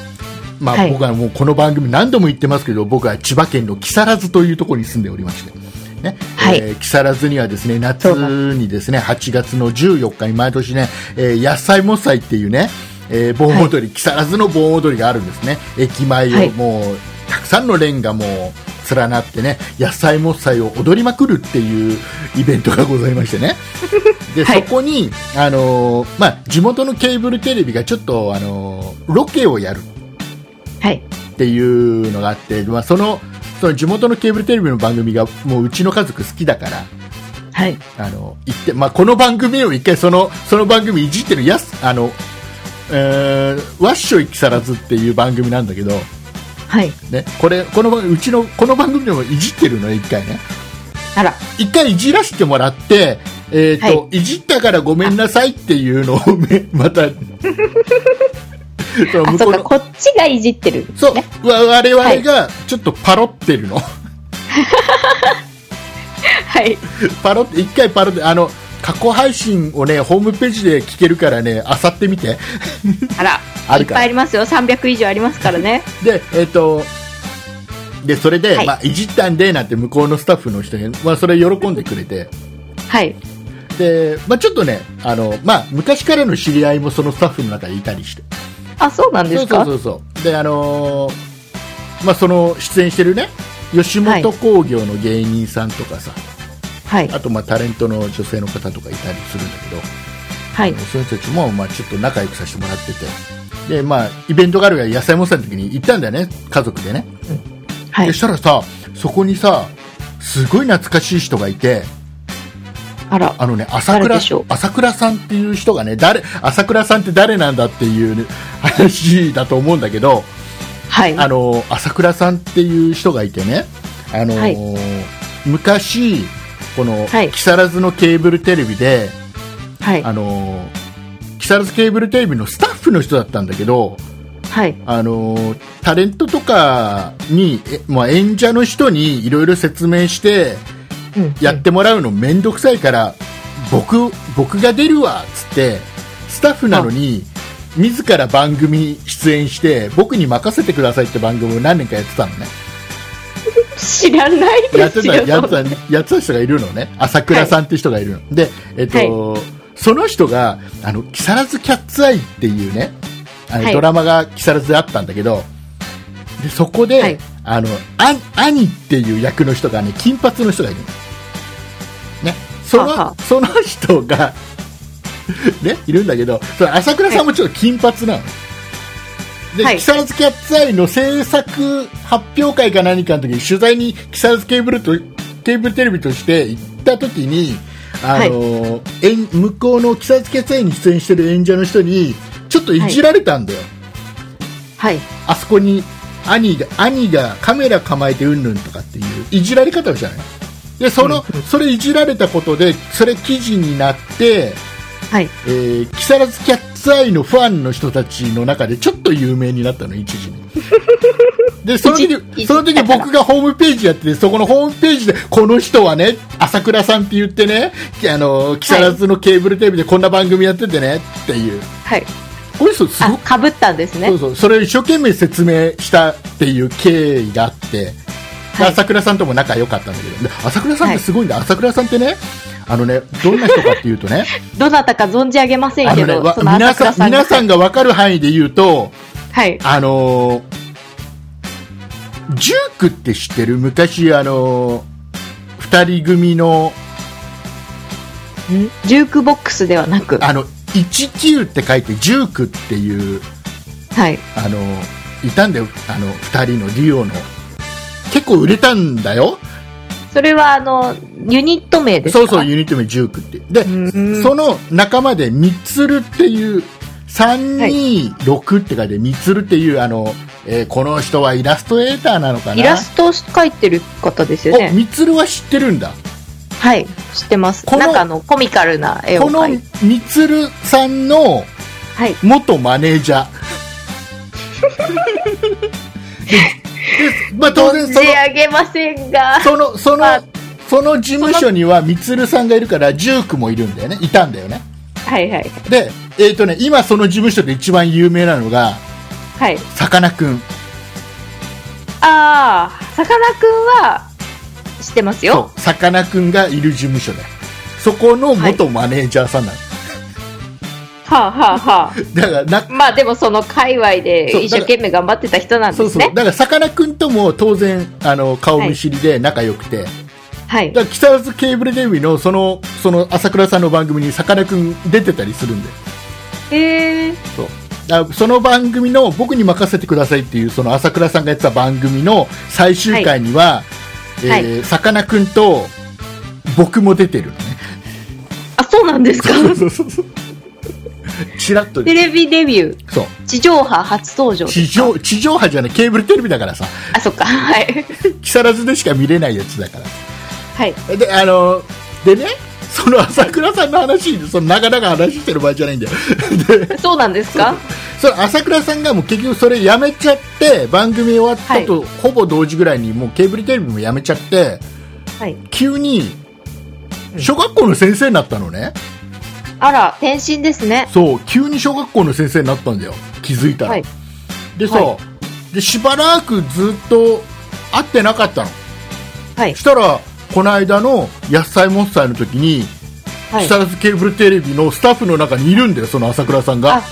Speaker 2: まあ、
Speaker 3: はい
Speaker 2: 僕はもうこの番組何度も言ってますけど僕は千葉県の木更津というところに住んでおりまして、ね
Speaker 3: はい
Speaker 2: えー木更津にはですね夏にですね8月の14日に毎年ね、えー、野菜も祭っていうね、えー盆踊り、木更津の盆踊りがあるんですね駅前
Speaker 3: は
Speaker 2: を
Speaker 3: い
Speaker 2: もう、たくさんのレンガもう連なってね野菜も祭を踊りまくるっていうイベントがございましてねで、
Speaker 3: はい
Speaker 2: そこに、あのーまあ、地元のケーブルテレビがちょっと、あのーロケをやる
Speaker 3: はい。
Speaker 2: っていうのがあって、まあ、そのその地元のケーブルテレビの番組がもううちの家族好きだから。
Speaker 3: はい。
Speaker 2: あの行ってまあ、この番組を一回そのその番組いじってるやすあの、えー、ワッショイ木更津っていう番組なんだけど
Speaker 3: はい。
Speaker 2: ね、これこの番うちのこの番組でもいじってるの一回ね
Speaker 3: あら。
Speaker 2: 一回いじらせてもらって、えーと、
Speaker 3: はい
Speaker 2: じったからごめんなさいっていうのを めま たその
Speaker 3: あ、
Speaker 2: 向
Speaker 3: そ
Speaker 2: こう
Speaker 3: うか、
Speaker 2: の
Speaker 3: こっちがいじってるんです
Speaker 2: そう
Speaker 3: ね。
Speaker 2: わ我々
Speaker 3: はい
Speaker 2: がちょっとパロってるの
Speaker 3: はい。
Speaker 2: パロって一回パロってあの過去配信をねホームページで聞けるからねあさってみて
Speaker 3: あら。
Speaker 2: あ
Speaker 3: い
Speaker 2: る
Speaker 3: っ
Speaker 2: か
Speaker 3: ぱ
Speaker 2: ら
Speaker 3: いありますよ。300以上ありますからね。
Speaker 2: でえっ、とでそれで、
Speaker 3: はい
Speaker 2: まあ、いじったんでなんて向こうのスタッフの人に、まあ、それ喜んでくれて
Speaker 3: はい。
Speaker 2: で、まあ、ちょっとねあの、まあ、昔からの知り合いもそのスタッフの中にいたりして
Speaker 3: あ、そうなんですか
Speaker 2: そうそうそうそうであのーまあその出演してるね吉本興業の芸人さんとかさ、
Speaker 3: はい。
Speaker 2: あとまあタレントの女性の方とかいたりするんだけど、
Speaker 3: はい。
Speaker 2: そういう人たちもまあちょっと仲良くさせてもらっててでまあイベントがあるから野菜もさの時に行ったんだよね家族でね、
Speaker 3: はい
Speaker 2: でし。たらさそこにさすごい懐かしい人がいて
Speaker 3: あら。
Speaker 2: あのね朝倉
Speaker 3: でしょう
Speaker 2: 朝倉さんっていう人がね誰朝倉さんって誰なんだっていうね、話だと思うんだけど、
Speaker 3: はい。
Speaker 2: あの朝倉さんっていう人がいてね、あの
Speaker 3: はい
Speaker 2: 昔この、
Speaker 3: はい
Speaker 2: 木更津のケーブルテレビで、
Speaker 3: はい。
Speaker 2: あの木更津ケーブルテレビのスタッフの人だったんだけど、
Speaker 3: はい。
Speaker 2: あのタレントとかに、えまあ、演者の人にいろいろ説明して
Speaker 3: うん
Speaker 2: やってもらうのめんどくさいから、僕僕が出るわっつってスタッフなのに自ら番組出演して僕に任せてくださいって番組を何年かやってたのね
Speaker 3: 知らない
Speaker 2: やっ
Speaker 3: です
Speaker 2: て
Speaker 3: よ。
Speaker 2: たやってたやってた人がいるのね朝倉さんって人がいるの、で、えっとその人があの木更津キャッツアイっていうねあの、
Speaker 3: はい
Speaker 2: ドラマが木更津であったんだけどでそこで、
Speaker 3: はい
Speaker 2: あのあ兄っていう役の人がね金髪の人がいるのねそ
Speaker 3: はあは
Speaker 2: のその人がねいるんだけどその朝倉さんもちょっと金髪なの、で、
Speaker 3: はい
Speaker 2: 木更津キャッツアイの制作発表会か何かの時に取材に木更津ケーブルとケーブルテレビとして行った時にあの、演向こうの木更津キャッツアイに出演してる演者の人にちょっといじられたんだよ、
Speaker 3: はい。
Speaker 2: あそこに兄が兄がカメラ構えてうんぬんとかっていういじられ方をしたのよでその、それいじられたことでそれ記事になって、
Speaker 3: はい。
Speaker 2: えー、木更津キャッツアイのファンの人たちの中でちょっと有名になったの一時にでその時
Speaker 3: 一時
Speaker 2: その時僕がホームページやっててそこのホームページでこの人はね朝倉さんって言ってねあの木更津のケーブルテレビでこんな番組やっててねっていう
Speaker 3: はい。
Speaker 2: この人す
Speaker 3: あ
Speaker 2: ごく、
Speaker 3: かぶったんですね
Speaker 2: そう。そうそれを一生懸命説明したっていう経緯があって、
Speaker 3: はい
Speaker 2: 朝倉さんとも仲良かったんだけどで朝倉さんってすごいんだ、朝倉さんってねあのねどんな人かっていうとね
Speaker 3: どなたか存じ上げません
Speaker 2: あ
Speaker 3: け
Speaker 2: のね、
Speaker 3: ど、
Speaker 2: わ
Speaker 3: その
Speaker 2: 皆さん
Speaker 3: 朝倉さんが。
Speaker 2: 皆さんが分かる範囲で言うと、
Speaker 3: はい。
Speaker 2: あのージュークって知ってる昔、あのー二人組の、
Speaker 3: ジュークボックスではなく、
Speaker 2: あの、19って書いて、ジュークっていう、
Speaker 3: はい。
Speaker 2: あのーいたんだよ、あの、二人のデュオの。結構売れたんだよ。
Speaker 3: それは、あの、ユニット名ですか
Speaker 2: そうそう、ユニット名ジュークって。で、
Speaker 3: うん
Speaker 2: その仲間で、ミツルっていう、326って書いて、ミツルっていう、あの、えーこの人はイラストレーターなのかな
Speaker 3: イラストを描いてる方ですよ
Speaker 2: お、
Speaker 3: ね。
Speaker 2: みつるは知ってるんだ。
Speaker 3: はい。知ってます。
Speaker 2: この
Speaker 3: なんかあの、コミカルな絵を
Speaker 2: この
Speaker 3: 描いて。
Speaker 2: みつるさんの
Speaker 3: はい。
Speaker 2: 元マネージャー。 で、でまあ当然
Speaker 3: 存
Speaker 2: そ
Speaker 3: じ上げませんが、
Speaker 2: の、その、その
Speaker 3: まあ、
Speaker 2: その事務所にはみつるさんがいるから、ジュークもいるんだよね。いたんだよね。
Speaker 3: はいはい。
Speaker 2: で、えっ、とね、今その事務所で一番有名なのが、
Speaker 3: はい。
Speaker 2: さかなクン。
Speaker 3: ああ、さかなクンは、知ってますよ
Speaker 2: そ。う。さかなクンがいる事務所だよ。そこの元マネージャーさんなの。
Speaker 3: はあはあはあ。
Speaker 2: だから、な、
Speaker 3: まあでもその界隈で一生懸命頑張ってた人なん
Speaker 2: そ
Speaker 3: で
Speaker 2: うそ
Speaker 3: す
Speaker 2: う。だ
Speaker 3: ね。
Speaker 2: から、さかなクンとも当然、あの、顔見知りで仲良くて、
Speaker 3: はい。
Speaker 2: だから木更津ケーブルテレビのそのその朝倉さんの番組にさかなクン出てたりするんで
Speaker 3: えー、
Speaker 2: そうだからその番組の僕に任せてくださいっていうその朝倉さんがやってた番組の最終回には、え
Speaker 3: はい
Speaker 2: ーさかなクンと 僕も出てるのね、
Speaker 3: あ、そうなんですか
Speaker 2: そうそうそうそうチラッと
Speaker 3: テレビデビュー。
Speaker 2: そう
Speaker 3: 地上波初登場。
Speaker 2: 地上地上波じゃないケーブルテレビだからさ
Speaker 3: あ、そっか。はい。
Speaker 2: 木更津でしか見れないやつだか
Speaker 3: はい。
Speaker 2: らであのでねその朝倉さんの話その長々話してる場合じゃないんだよで
Speaker 3: そうなんですか
Speaker 2: その朝倉さんがもう結局それやめちゃって番組終わったと、ほぼ同時ぐらいにもうケーブルテレビもやめちゃって
Speaker 3: はい。
Speaker 2: 急に
Speaker 3: うん
Speaker 2: 小学校の先生になったのね、
Speaker 3: あら、転身ですね。
Speaker 2: そう急に小学校の先生になったんだよ気づいたら、
Speaker 3: はい。
Speaker 2: でさ、
Speaker 3: は
Speaker 2: でしばらくずっと会ってなかったの
Speaker 3: はい
Speaker 2: し。たらこの間の「野菜もっさい」の時に
Speaker 3: はい
Speaker 2: 木。更津ケーブルテレビのスタッフの中にいるんだよその朝倉さんが
Speaker 3: あ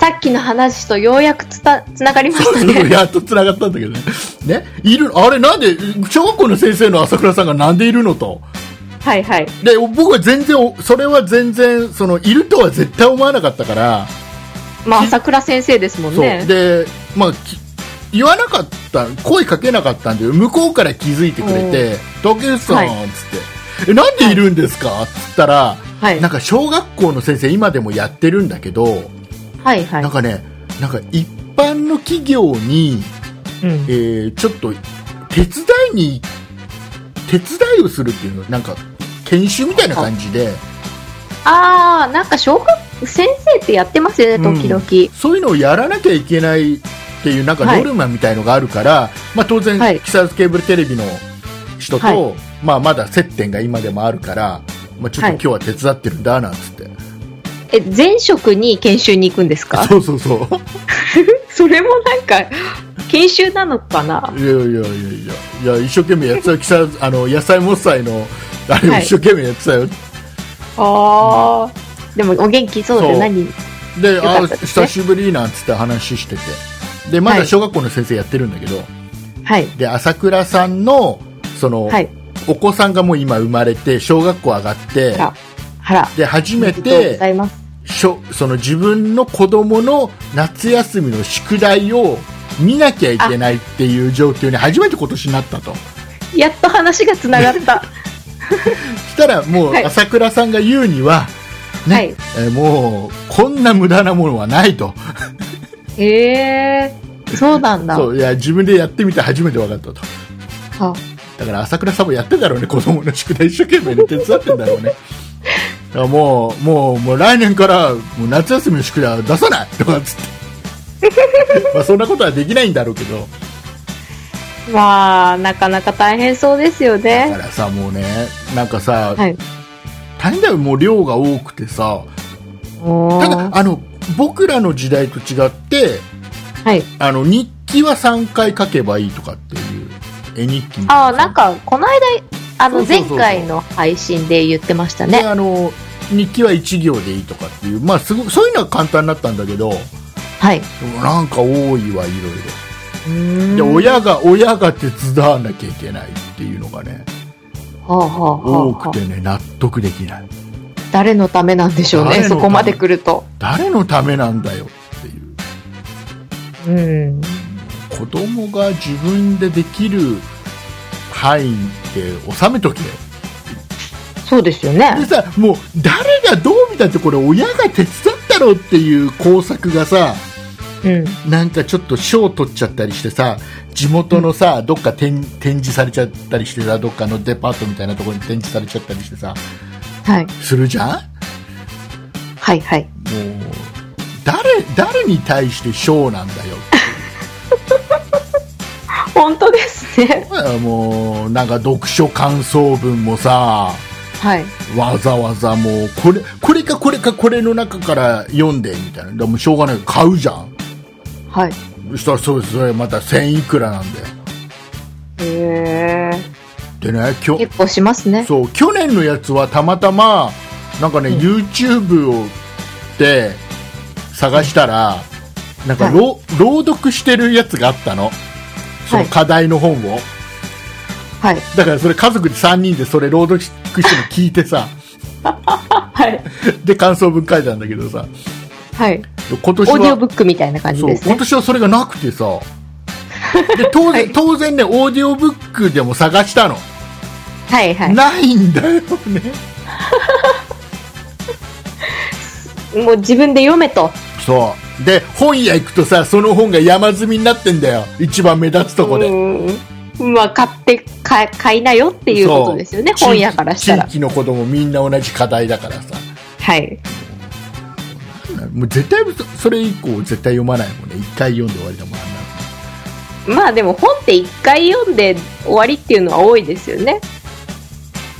Speaker 3: さっきの話とようやくつた、つながりました
Speaker 2: そう
Speaker 3: ね。
Speaker 2: やっと繋がったんだけどねねいるあれなんで小学校の先生の朝倉さんがなんでいるのと
Speaker 3: はいはい。
Speaker 2: で僕は全然それは全然そのいるとは絶対思わなかったから
Speaker 3: まあ、朝倉先生ですもん
Speaker 2: そう、
Speaker 3: ね。
Speaker 2: で、まあ、き言わなかった、声かけなかったんで、向こうから気づいてくれて、竹内さん、
Speaker 3: はい
Speaker 2: つって、え、なんでいるんですかつったら、
Speaker 3: はい
Speaker 2: なん。か小学校の先生、今でもやってるんだけど、
Speaker 3: はいはい
Speaker 2: なん。かね、なんか一般の企業に、
Speaker 3: うん
Speaker 2: えーちょっと、手伝いに、手伝いをするっていうの、なんか、研修みたいな感じで、
Speaker 3: ああ、なんか小学、先生ってやってますよね、
Speaker 2: うん
Speaker 3: 時々。
Speaker 2: そういうのをやらなきゃいけないっていうなんか
Speaker 3: はい
Speaker 2: ノルマみたいのがあるから、まあ、当然、
Speaker 3: はい
Speaker 2: 木更津ケーブルテレビの人と、
Speaker 3: は
Speaker 2: まあ、まだ接点が今でもあるから、まあ、ちょっと
Speaker 3: はい
Speaker 2: 今日は手伝ってるんだなんつって、
Speaker 3: え、前職に研修に行くんです か
Speaker 2: そうそうそう
Speaker 3: それもなんか、研修なのかない
Speaker 2: やいやいやいやいや一生懸命やってたよ木更 津あの野菜もっさいのあれを
Speaker 3: はい
Speaker 2: 一生懸命やってたよ、
Speaker 3: ああ。でも、お元気そう
Speaker 2: そう
Speaker 3: で何
Speaker 2: で
Speaker 3: よか
Speaker 2: あ
Speaker 3: ったです
Speaker 2: 久
Speaker 3: ね
Speaker 2: しぶりなんつって話しててでま
Speaker 3: は
Speaker 2: だ
Speaker 3: い
Speaker 2: 小学校の先生やってるんだけど、
Speaker 3: はい。
Speaker 2: で朝倉さんのその、
Speaker 3: はい。
Speaker 2: お子さんがもう今生まれて小学校上がって
Speaker 3: あら。あら。
Speaker 2: で初め
Speaker 3: ありがとうござ
Speaker 2: て
Speaker 3: います。
Speaker 2: しょその自分の子供の夏休みの宿題を見なきゃいけないっていう状況に初めて今年になったと
Speaker 3: やっと話がつながった。
Speaker 2: そしたらもう
Speaker 3: はい
Speaker 2: 朝倉さんが言うには、ね
Speaker 3: はい
Speaker 2: えーもうこんな無駄なものはないと
Speaker 3: へえー。そうなんだ。
Speaker 2: そういや自分でやってみて初めて分かったと
Speaker 3: あ
Speaker 2: だから朝倉さんもやってんだろうね子供の宿題一生懸命に手伝ってんだ ろうねだからもうもうもう来年からもう夏休みの宿題は出さないとかっつっ てまあそんなことはできないんだろうけど
Speaker 3: まあ、なかなか大変そうですよ
Speaker 2: だか
Speaker 3: ね。
Speaker 2: らさもうねなんかさ、
Speaker 3: はい。
Speaker 2: 大変だよもう量が多くてさ
Speaker 3: お
Speaker 2: ただ
Speaker 3: ー
Speaker 2: あの僕らの時代と違って
Speaker 3: はい。
Speaker 2: あの日記は3回書けばいいとかっていう絵日記みたい
Speaker 3: ああ、なんか、この間、あ
Speaker 2: そ
Speaker 3: の、
Speaker 2: うそうそ
Speaker 3: 前
Speaker 2: うそう
Speaker 3: 回の配信で言ってました
Speaker 2: で
Speaker 3: ね。
Speaker 2: あの日記は1行でいいとかっていう、まあ、すごそういうのは簡単になったんだけど
Speaker 3: はい。
Speaker 2: でもなんか多いわいろいろで
Speaker 3: で
Speaker 2: 親が親が手伝わなきゃいけないっていうのがね
Speaker 3: はあはあはあ
Speaker 2: 多
Speaker 3: はあ
Speaker 2: くてね納得できない
Speaker 3: 誰のためなんでしょう
Speaker 2: 誰の
Speaker 3: ね
Speaker 2: た
Speaker 3: そ
Speaker 2: め
Speaker 3: こまで来ると
Speaker 2: 誰のためなんだよっていう
Speaker 3: うん
Speaker 2: 子供が自分でできる範囲って収めとけよ
Speaker 3: そうですよ
Speaker 2: で
Speaker 3: ね
Speaker 2: さもう誰がどう見たってこれ親が手伝ったろっていう工作がさ
Speaker 3: うん
Speaker 2: なんかちょっと賞取っちゃったりしてさ地元のさ、どっか展展示されちゃったりしてさどっかのデパートみたいなところに展示されちゃったりしてさ
Speaker 3: はい
Speaker 2: するじゃんも
Speaker 3: はいはいう
Speaker 2: 誰誰に対して賞なんだよ
Speaker 3: 本当ですね
Speaker 2: もうなんか読書感想文もさ
Speaker 3: はい
Speaker 2: わざわざもうこれこれかこれかこれの中から読んでみたいなでもしょうがない買うじゃん
Speaker 3: はい
Speaker 2: そしたらそうですそれまた1000いくらなんだよ
Speaker 3: へえ
Speaker 2: でね今日
Speaker 3: 結構しますね
Speaker 2: そう去年のやつはたまたまなんかね、
Speaker 3: うん
Speaker 2: YouTube をで探したら、なんか
Speaker 3: はい
Speaker 2: ろ、朗読してるやつがあったのその
Speaker 3: はい
Speaker 2: 課題の本を、
Speaker 3: はい
Speaker 2: だからそれ家族で3人でそれ朗読してるの聞いてさ
Speaker 3: はい
Speaker 2: で感想文書いたんだけどさ
Speaker 3: はい
Speaker 2: 今
Speaker 3: オ
Speaker 2: 年
Speaker 3: ーディオ
Speaker 2: は
Speaker 3: ブックみたいな感じ
Speaker 2: そう
Speaker 3: ですね
Speaker 2: 今年はそれがなくてさで当然,、
Speaker 3: はい
Speaker 2: 当然ねオーディオブックでも探したの、
Speaker 3: はいはい
Speaker 2: ないんだよね
Speaker 3: もう自分で読めと。
Speaker 2: そうで本屋行くとさその本が山積みになってんだよ一番目立つとこで
Speaker 3: うん。まあ、買って買、買いなよっていうことですよね、
Speaker 2: そう
Speaker 3: 本屋からしたら
Speaker 2: 地。域地域の子供みんな同じ課題だからさ
Speaker 3: はい。
Speaker 2: もう絶対そそれ以降絶対読まないもんね一回読んで終わりだもんあんな
Speaker 3: まあでも本って一回読んで終わりっていうのは多いですよね。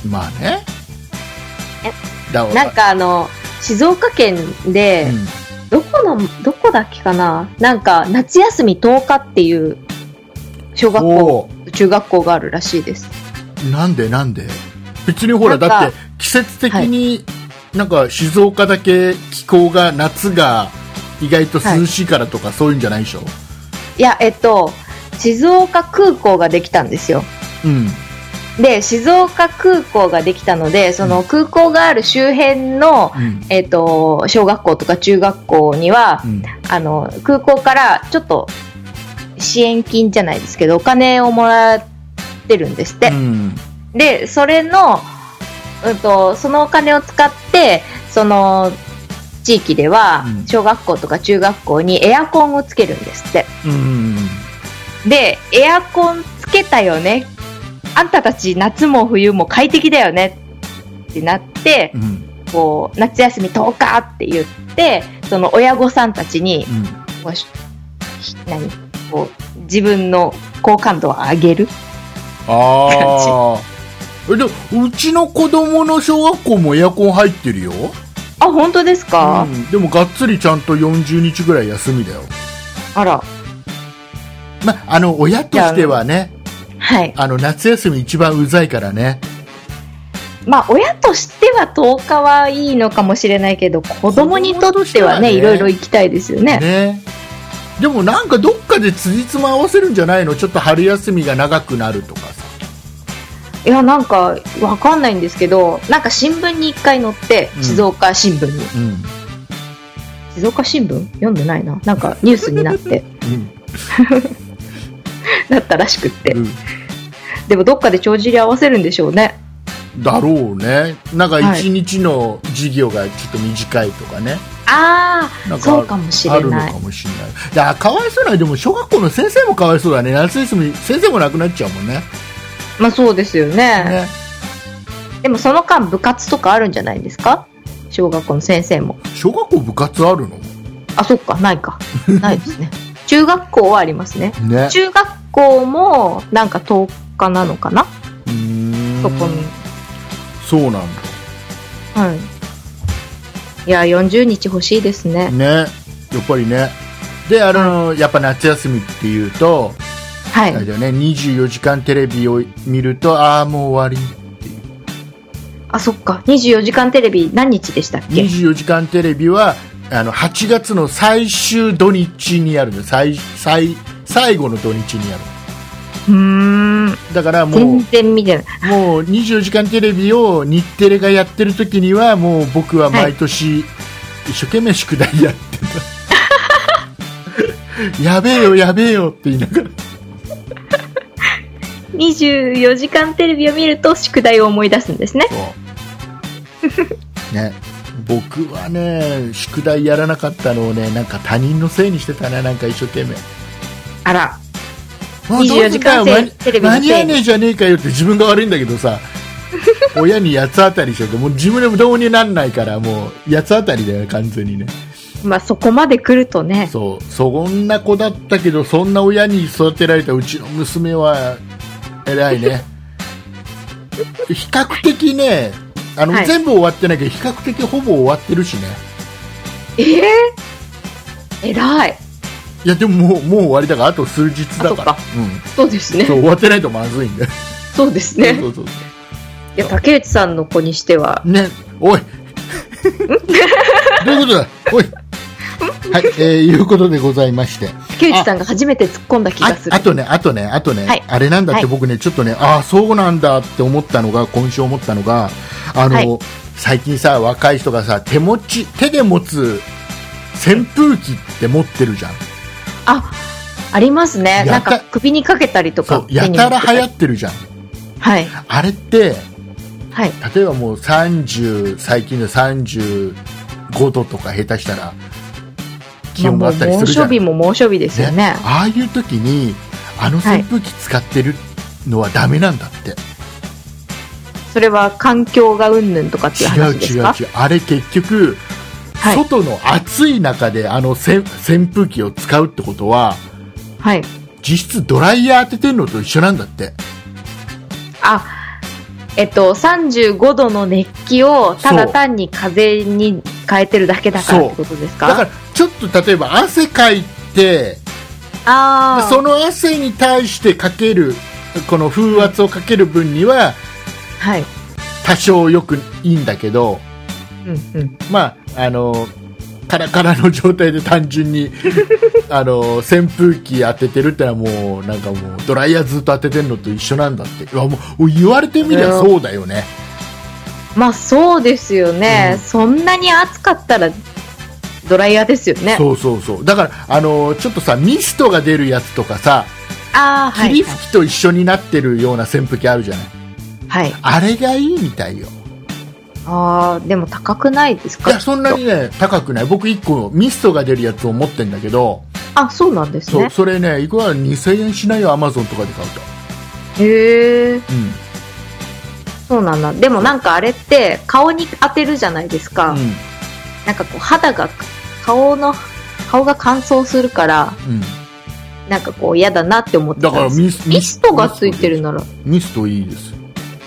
Speaker 2: まあねだから
Speaker 3: なんかあの、静岡県で、
Speaker 2: うん
Speaker 3: どこの、どこだっけかななんか、夏休み10日っていう、小学校、
Speaker 2: お
Speaker 3: 中学校があるらしいです。
Speaker 2: ーなんでなんで別にほら
Speaker 3: なんか
Speaker 2: だって季節的に、なんか静岡だけ気候が夏が意外と涼しいからとか、そういうんじゃないでしょ
Speaker 3: いや、えっと、静岡空港ができたんですよ。
Speaker 2: うん
Speaker 3: で、静岡空港ができたので、その空港がある周辺の、
Speaker 2: うん
Speaker 3: えっと、小学校とか中学校には
Speaker 2: う、ん
Speaker 3: あの、空港からちょっと支援金じゃないですけど、お金をもらってるんですって。
Speaker 2: うん
Speaker 3: で、それの、うんと、そのお金を使って、その、地域では
Speaker 2: う、ん
Speaker 3: 小学校とか中学校にエアコンをつけるんですって。
Speaker 2: うん
Speaker 3: で、エアコンつけたよね。あんたたち夏も冬も快適だよね。ってなって
Speaker 2: う、ん
Speaker 3: こう、夏休み10日って言って、その親御さんたちに、
Speaker 2: うん
Speaker 3: こうし何こう、自分の好感度を上げる。
Speaker 2: ああ でうちの子供の小学校もエアコン入ってるよ、
Speaker 3: あ、本当ですか、
Speaker 2: うんでもがっつりちゃんと40日ぐらい休みだよ
Speaker 3: あら。
Speaker 2: まああの親としてはね
Speaker 3: はい。
Speaker 2: あの夏休み一番うざいからね
Speaker 3: まあ、親としては10日はいいのかもしれないけど、子供にと
Speaker 2: 子
Speaker 3: ってはね、
Speaker 2: 供としてはね
Speaker 3: いろいろ行きたいですよね。
Speaker 2: ねでもなんかどっかで辻褄合わせるんじゃないのちょっと春休みが長くなるとかさ
Speaker 3: いや、なんか、わかんないんですけど、なんか新聞に一回載って
Speaker 2: う、ん
Speaker 3: 静岡新聞に。
Speaker 2: うん、
Speaker 3: 静岡新聞読んでないな。なんかニュースにな って、なったらしくって
Speaker 2: う。ん
Speaker 3: でも、どっかで帳尻合わせるんでしょうね。
Speaker 2: だろうねなんか
Speaker 3: はい
Speaker 2: 一日の授業がちょっと短いとかね、
Speaker 3: あ
Speaker 2: な
Speaker 3: あ、
Speaker 2: んか
Speaker 3: そうかもし
Speaker 2: あ
Speaker 3: れ
Speaker 2: るの
Speaker 3: ない
Speaker 2: か。もしれないだからかわいそうなでも小学校の先生もかわいそうだね夏休み先生もなくなっちゃうもんね
Speaker 3: まあ、そうですよね。
Speaker 2: ね
Speaker 3: でも、その間、部活とかあるんじゃないですか小学校の先生も。
Speaker 2: 小学校部活あるの
Speaker 3: あ、そっか、ないか。ないです ね。中学校はありますね。
Speaker 2: ね
Speaker 3: 中学校も、なんか10日なのかな
Speaker 2: うーん
Speaker 3: そこに。
Speaker 2: そうなんだ
Speaker 3: はい。いや、40日欲しいですね。
Speaker 2: ねやっぱりねであのやっぱ夏休みっていうと、
Speaker 3: は
Speaker 2: あれ
Speaker 3: い。
Speaker 2: だよね、24時間テレビを見るとああもう終わ
Speaker 3: あ、そっか。24時間テレビ何日でしたっ
Speaker 2: り
Speaker 3: け
Speaker 2: 24時間テレビはあの8月の最終土日にやるの最最最後の土日にやる
Speaker 3: うーん。
Speaker 2: だからもう
Speaker 3: 全然見てない。
Speaker 2: もう24時間テレビを日テレがやってる時にはもう僕は毎年一生懸命宿題やって た、やべえよやべえよって言いながら
Speaker 3: 24時間テレビを見ると宿題を思い出すんですね。
Speaker 2: ね僕はね宿題やらなかったのをねなんか他人のせいにしてたねなんか一生懸命
Speaker 3: あら。
Speaker 2: もうどう
Speaker 3: 24時間
Speaker 2: せんだよ間
Speaker 3: テレビのせ
Speaker 2: 間
Speaker 3: いに
Speaker 2: に合わねえじゃねえかよって自分が悪いんだけどさ親に八つ当たりしようともう自分でもどうになんないからもう八つ当たりだよね完全にね
Speaker 3: まあ、そこまで来るとね。
Speaker 2: そうそんな子だったけどそんな親に育てられたうちの娘は偉いね比較的ねあの、
Speaker 3: はい
Speaker 2: 全部終わってないけど比較的ほぼ終わってるしね
Speaker 3: ええー、偉い。
Speaker 2: いやでももうもう終わりだからあと数日だから
Speaker 3: あそうです
Speaker 2: うん、
Speaker 3: ね
Speaker 2: そ。う終わってないとまずいんだよ、
Speaker 3: そうですね
Speaker 2: そ。うそうそ
Speaker 3: いや、竹内さんの子にしては、
Speaker 2: うねお いどういうことだおいはい、えー、いうことでございまして
Speaker 3: 竹内さんが初めて突っ込んだ気が
Speaker 2: あ
Speaker 3: する
Speaker 2: あ。とね、あとね、あとね、
Speaker 3: はい
Speaker 2: あれなんだっ
Speaker 3: は
Speaker 2: て
Speaker 3: い
Speaker 2: 僕ね、ちょっとね、ああ、そうなんだって思ったのが、今週思ったのが、あの、
Speaker 3: はい
Speaker 2: 最近さ、若い人がさ、手持ち、手で持つ扇風機って持ってるじゃん。
Speaker 3: あ、ありますね。な
Speaker 2: や
Speaker 3: ん
Speaker 2: た
Speaker 3: か首にかけたりと
Speaker 2: そ
Speaker 3: か
Speaker 2: う、。やたら流行
Speaker 3: っ
Speaker 2: ってるじゃん。
Speaker 3: はい。
Speaker 2: あれって、
Speaker 3: はい。
Speaker 2: 例えばもう30、最近の30 5度とか下手したら気温があったりするじ
Speaker 3: ま
Speaker 2: ゃな
Speaker 3: あもう猛暑
Speaker 2: い
Speaker 3: 日も猛暑日ですよね。
Speaker 2: ああいう時にあの扇風機使ってるのはダメなんだって、
Speaker 3: それは環境がうんぬんとかっていう
Speaker 2: 違う
Speaker 3: 話です
Speaker 2: 違う
Speaker 3: か
Speaker 2: 違うあれ結局、
Speaker 3: はい
Speaker 2: 外の暑い中であのせん扇風機を使うってことは
Speaker 3: はい。
Speaker 2: 実質ドライヤー当ててるのと一緒なんだって
Speaker 3: あ、えっと、35度の熱気をただ単に風に変えてるだけだからってことですか
Speaker 2: だからちょっと例えば汗かいて
Speaker 3: ああ、
Speaker 2: その汗に対してかけるこの風圧をかける分には
Speaker 3: はい。
Speaker 2: 多少よくいいんだけど
Speaker 3: うんうん。
Speaker 2: まああのカラカラの状態で単純 にあの扇風機当ててるってのはもうなんかもうドライヤーずっと当ててるのと一緒なんだっていやもう言われてみりゃそうだよね
Speaker 3: まあそうですよね、
Speaker 2: うん
Speaker 3: そんなに暑かったらドライヤーですよね。
Speaker 2: そうそうそうだからあのちょっとさミストが出るやつとかさ
Speaker 3: ああ、はい
Speaker 2: 霧。吹きと一緒になってるような扇風機あるじゃない
Speaker 3: はい。
Speaker 2: あれがいいみたいよ
Speaker 3: ああ、でも高くないです
Speaker 2: い
Speaker 3: か
Speaker 2: やそんなにね高くない僕1個ミストが出るやつを持ってんだけど
Speaker 3: あ、そうなんです
Speaker 2: そう
Speaker 3: ね。
Speaker 2: それねいくら2000円しないよアマゾンとかで買うと、
Speaker 3: へえ、
Speaker 2: うん
Speaker 3: そうなんだ。でもなんかあれって顔に当てるじゃないですか。
Speaker 2: う
Speaker 3: なんかこう肌が、顔の、顔が乾燥するから、
Speaker 2: んうん、
Speaker 3: なんかこう嫌だなって思ってた
Speaker 2: だから
Speaker 3: んです
Speaker 2: ミス
Speaker 3: ミストがついてるなら。
Speaker 2: ミストいいです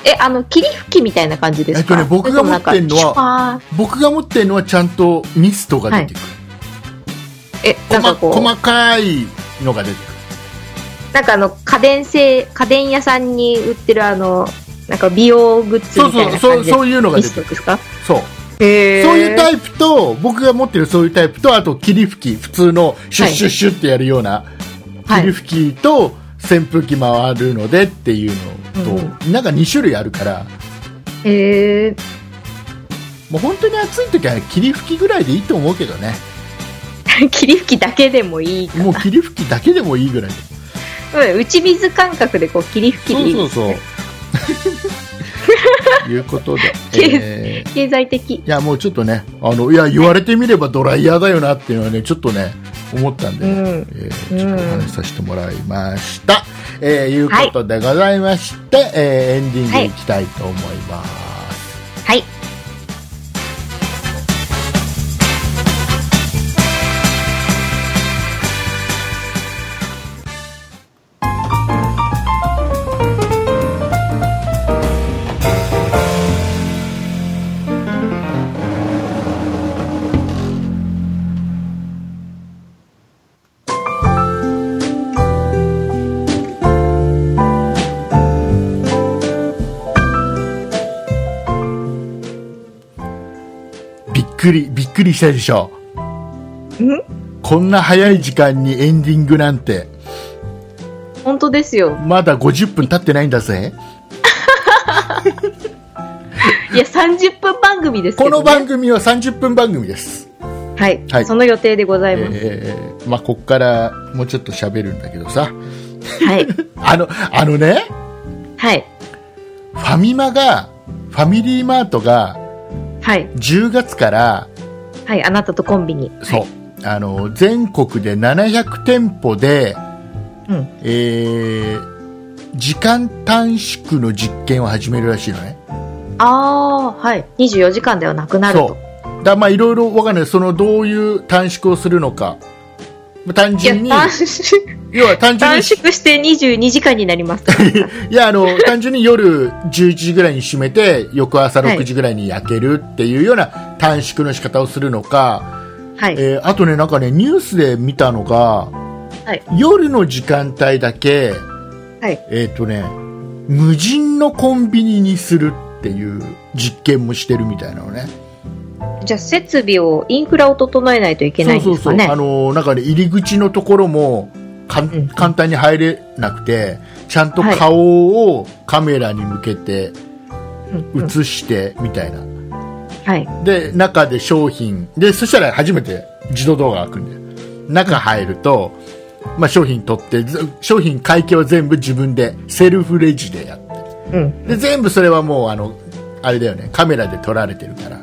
Speaker 3: え、あの、霧吹きみたいな感じですか
Speaker 2: えっとね僕が持ってんのは、僕が持ってるのはちゃんとミストが出てくる、
Speaker 3: え、なんかこう、
Speaker 2: 細細かいのが出てくる
Speaker 3: なんかあの、家電製、家電屋さんに売ってるあの、なんか美容グッズ
Speaker 2: そ
Speaker 3: み
Speaker 2: う
Speaker 3: た
Speaker 2: そ
Speaker 3: いう
Speaker 2: そ
Speaker 3: な感
Speaker 2: う
Speaker 3: じ
Speaker 2: そう
Speaker 3: う
Speaker 2: いうのが
Speaker 3: ミ
Speaker 2: 出
Speaker 3: ス
Speaker 2: て
Speaker 3: ト
Speaker 2: く
Speaker 3: で
Speaker 2: る
Speaker 3: すか
Speaker 2: そう
Speaker 3: へ
Speaker 2: そういうタ
Speaker 3: イ
Speaker 2: イプと僕が持ってるそういうタイプとあと霧吹き普通のシュッシュッシュッってやるような
Speaker 3: はい
Speaker 2: 霧吹きと扇風機回るのでっていうのと、なんか2種類あるから
Speaker 3: プ。へえ。
Speaker 2: もう本当に暑い時は霧吹きぐらいでいいと思うけどね
Speaker 3: 霧吹きだけでもいいか
Speaker 2: もう霧吹きだけでもいいぐらい
Speaker 3: うん、打ち水感覚でこう、霧吹きでいい
Speaker 2: そうそうそう。 いう ことで、えー
Speaker 3: 経済的。
Speaker 2: いやもうちょっとねあのいや言われてみればドライヤーだよなっていうのはねちょっとね思ったんで、ね
Speaker 3: うん
Speaker 2: えーちょっとお話しさせてもらいました。えーいうことでございまして、えーエンディングいきたいと思います。
Speaker 3: はい。
Speaker 2: びっくりびっくりしたでしょ
Speaker 3: ん
Speaker 2: こんな早い時間にエンディングなんて
Speaker 3: 本当ですよ。
Speaker 2: まだ50分経ってないんだぜ。
Speaker 3: いや、30分番組ですけ
Speaker 2: こ
Speaker 3: ど、ね。
Speaker 2: の番組は30分番組です。
Speaker 3: はい、
Speaker 2: はい
Speaker 3: その予定でございます。
Speaker 2: えーまあ、こっからもうちょっと喋るんだけどさ
Speaker 3: はい。
Speaker 2: あのあのね
Speaker 3: はい。
Speaker 2: ファミマがファミリーマートが
Speaker 3: はい。
Speaker 2: 10月から
Speaker 3: はい。あなたとコンビニ。
Speaker 2: そうあの全国で700店舗で、
Speaker 3: うん。
Speaker 2: えー時間短縮の実験を始めるらしいのね
Speaker 3: ああー、はい。24時間ではなくなる
Speaker 2: そ
Speaker 3: と。
Speaker 2: うだまあいろいろわかんないそのどういう短縮をするのかまあ単
Speaker 3: いや、
Speaker 2: 純に
Speaker 3: 短縮、
Speaker 2: 要は単純に
Speaker 3: 短縮して22時間になりますから。
Speaker 2: いや、あの、単純に夜11時ぐらいに閉めて、翌朝6時ぐらいに焼けるっていうような短縮の仕方をするのか、
Speaker 3: はい。
Speaker 2: えーあとね、なんかね、ニュースで見たのが、
Speaker 3: はい
Speaker 2: 夜の時間帯だけ、
Speaker 3: はい。
Speaker 2: えっ、とね、無人のコンビニにするっていう実験もしてるみたいなのね。
Speaker 3: じゃあ、設備を、インフラを整えないといけないん
Speaker 2: そ
Speaker 3: で
Speaker 2: う
Speaker 3: す
Speaker 2: そ
Speaker 3: か
Speaker 2: うそ
Speaker 3: ね。
Speaker 2: う。あの、なんかね、入り口のところも、かん
Speaker 3: うん
Speaker 2: 簡単に入れなくて、ちゃんと
Speaker 3: はい
Speaker 2: 顔をカメラに向けて、
Speaker 3: うんうん
Speaker 2: 映してみたいな、
Speaker 3: はい。
Speaker 2: で中で商品でそしたら初めて自動動画が開くんで中入ると、まあ、商品取ってず商品会計は全部自分でセルフレジでやって
Speaker 3: うん。
Speaker 2: で全部それはもうあのあれだよねカメラで撮られてるから、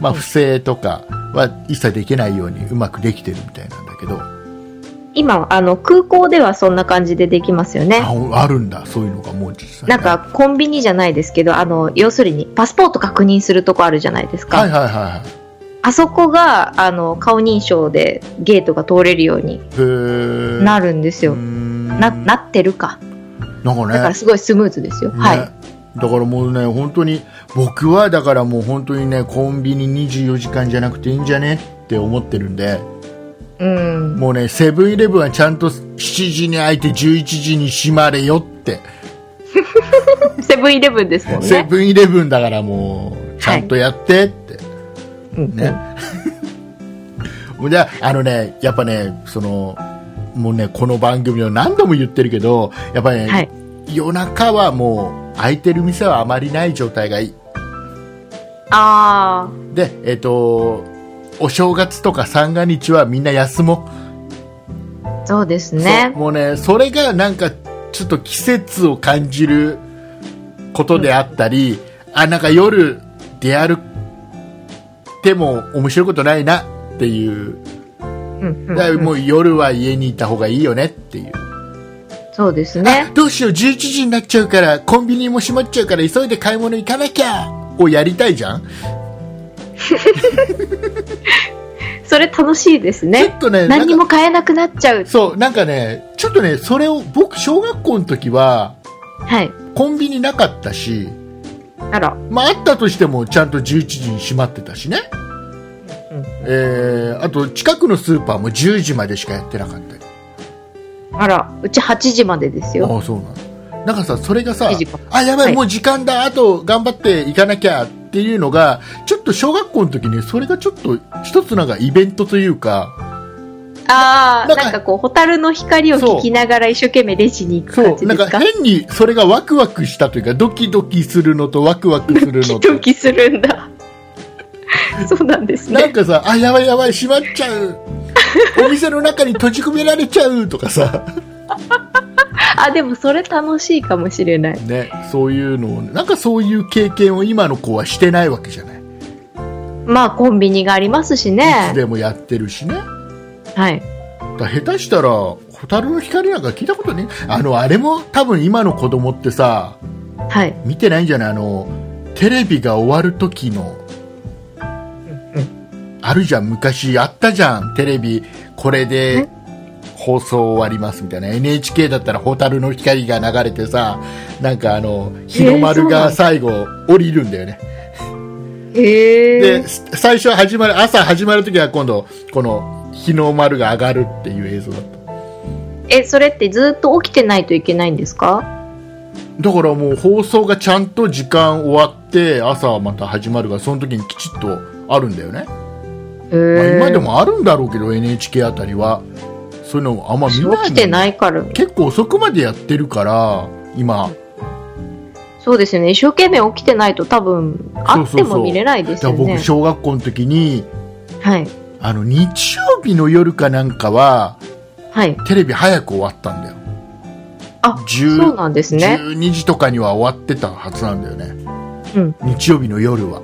Speaker 2: まあ、不正とかは一切できないようにうまくできてるみたいなんだけど、
Speaker 3: 今あの空港ではそんな感じでできますよね
Speaker 2: ああるんだそういうのがもう実際
Speaker 3: なんかコンビニじゃないですけどあの要するにパスポート確認するとこあるじゃないですか、
Speaker 2: はいはいは
Speaker 3: あそこがあの顔認証でゲートが通れるように
Speaker 2: いへえ
Speaker 3: なるんですよ、
Speaker 2: な
Speaker 3: ななってるか
Speaker 2: なんかね
Speaker 3: だからすごいスムーズですよ、
Speaker 2: ね
Speaker 3: はい
Speaker 2: だからもうね本当に僕はだからもう本当にねコンビニ24時間じゃなくていいんじゃねって思ってるんで
Speaker 3: うん
Speaker 2: もうねセブンイレブンはちゃんと7時に開いて11時に閉まれよって
Speaker 3: セブンイレブンですもんね
Speaker 2: セブンイレブンだからもうちゃんとやってって、
Speaker 3: うん
Speaker 2: ね。で、あのね、やっぱね、その、もうね、この番組を何度も言ってるけど、やっぱりね、
Speaker 3: はい
Speaker 2: 夜中はもう、空いてる店はあまりない状態がいい。
Speaker 3: あ
Speaker 2: で、えっ、と、お正月とか三が日はみんな休も
Speaker 3: あそうです
Speaker 2: う。
Speaker 3: ね
Speaker 2: そうもうね、それがなんか、ちょっと季節を感じることであったり、あ、なんか夜出歩っても面白いことないなっていう
Speaker 3: うんう
Speaker 2: だ
Speaker 3: ん
Speaker 2: から
Speaker 3: うん
Speaker 2: もう夜は家にいた方がいいよねっていう、
Speaker 3: そうで すね
Speaker 2: どうしよう11時になっちゃうからコンビニも閉まっちゃうから急いで買い物行かなきゃをやりたいじゃん、
Speaker 3: それ楽しいです
Speaker 2: ちょ
Speaker 3: ね
Speaker 2: っとね なん
Speaker 3: 何に
Speaker 2: か
Speaker 3: も買えなくなっちゃう
Speaker 2: そうなんかねちょっとねそれを僕小学校の時は
Speaker 3: はい
Speaker 2: コンビニなかったし、
Speaker 3: あら
Speaker 2: まあ、あったとしてもちゃんと11時に閉まってたしね、
Speaker 3: うん
Speaker 2: えー、あと近くのスーパーも10時までしかやってなかったり
Speaker 3: あらうち8時までですよ
Speaker 2: ああそうなのなんかさそれがさ
Speaker 3: いい時間
Speaker 2: あやばい、
Speaker 3: はい
Speaker 2: もう時間だあと頑張っていかなきゃっていうのがちょっと小学校の時にそれがちょっと一つなんかイベントというか
Speaker 3: あ
Speaker 2: な
Speaker 3: あ、
Speaker 2: んか
Speaker 3: なんかこう、蛍の光を聞きながら一生懸命レジに行く
Speaker 2: そ
Speaker 3: 感
Speaker 2: う
Speaker 3: じ
Speaker 2: な
Speaker 3: で
Speaker 2: んか
Speaker 3: すか
Speaker 2: 変にそれがワクワクしたというかドキドキするのとワクワクするの
Speaker 3: ドキ
Speaker 2: と
Speaker 3: ドキする んだ。そうなんです
Speaker 2: な
Speaker 3: ね
Speaker 2: ん。かさあやばいやばい閉まっちゃ うお店の中に閉じ込められちゃうとかさ、
Speaker 3: あ、でもそれ楽しいかもしれない。
Speaker 2: ね、そういうのをなんかそういう経験を今の子はしてないわけじゃない、
Speaker 3: まあ、コンビニがありますし
Speaker 2: いつ
Speaker 3: ね。
Speaker 2: でもやってるしね
Speaker 3: はい。
Speaker 2: だ下手したら蛍の光なんか聞いたことねあのあれも多分今の子供ってさ
Speaker 3: はい。
Speaker 2: 見てないんじゃないあのテレビが終わる時のあるじゃん昔あったじゃんテレビこれで放送終わりますみたいな NHK だったら蛍の光が流れてさなんかあの日の丸が最後降りるんだよね、
Speaker 3: へえ
Speaker 2: で。最初始まる朝始まる時は今度この日の丸が上がるっていう映像だった
Speaker 3: え、それってずっと起きてないといけないんですか
Speaker 2: だからもう放送がちゃんと時間終わって朝はまた始まるがその時にきちっとあるんだよね、
Speaker 3: へ
Speaker 2: まあ
Speaker 3: え。
Speaker 2: 今でもあるんだろうけど NHK あたりはそういうのあんま見ないもん
Speaker 3: 起きてないから。
Speaker 2: 結構遅くまでやってるから今
Speaker 3: そうですよね。一生懸命起きてないと多分、あっても見れないで
Speaker 2: だ
Speaker 3: す
Speaker 2: か
Speaker 3: よ
Speaker 2: ら僕
Speaker 3: ね。
Speaker 2: 小学校の時に
Speaker 3: はい。
Speaker 2: あの日曜日の夜かなんかは
Speaker 3: はい。
Speaker 2: テレビ早く終わったんだよ
Speaker 3: あ
Speaker 2: 10
Speaker 3: そうなんですね。
Speaker 2: 12時とかには終わってたはずなんだよね
Speaker 3: うん。
Speaker 2: 日曜日の夜は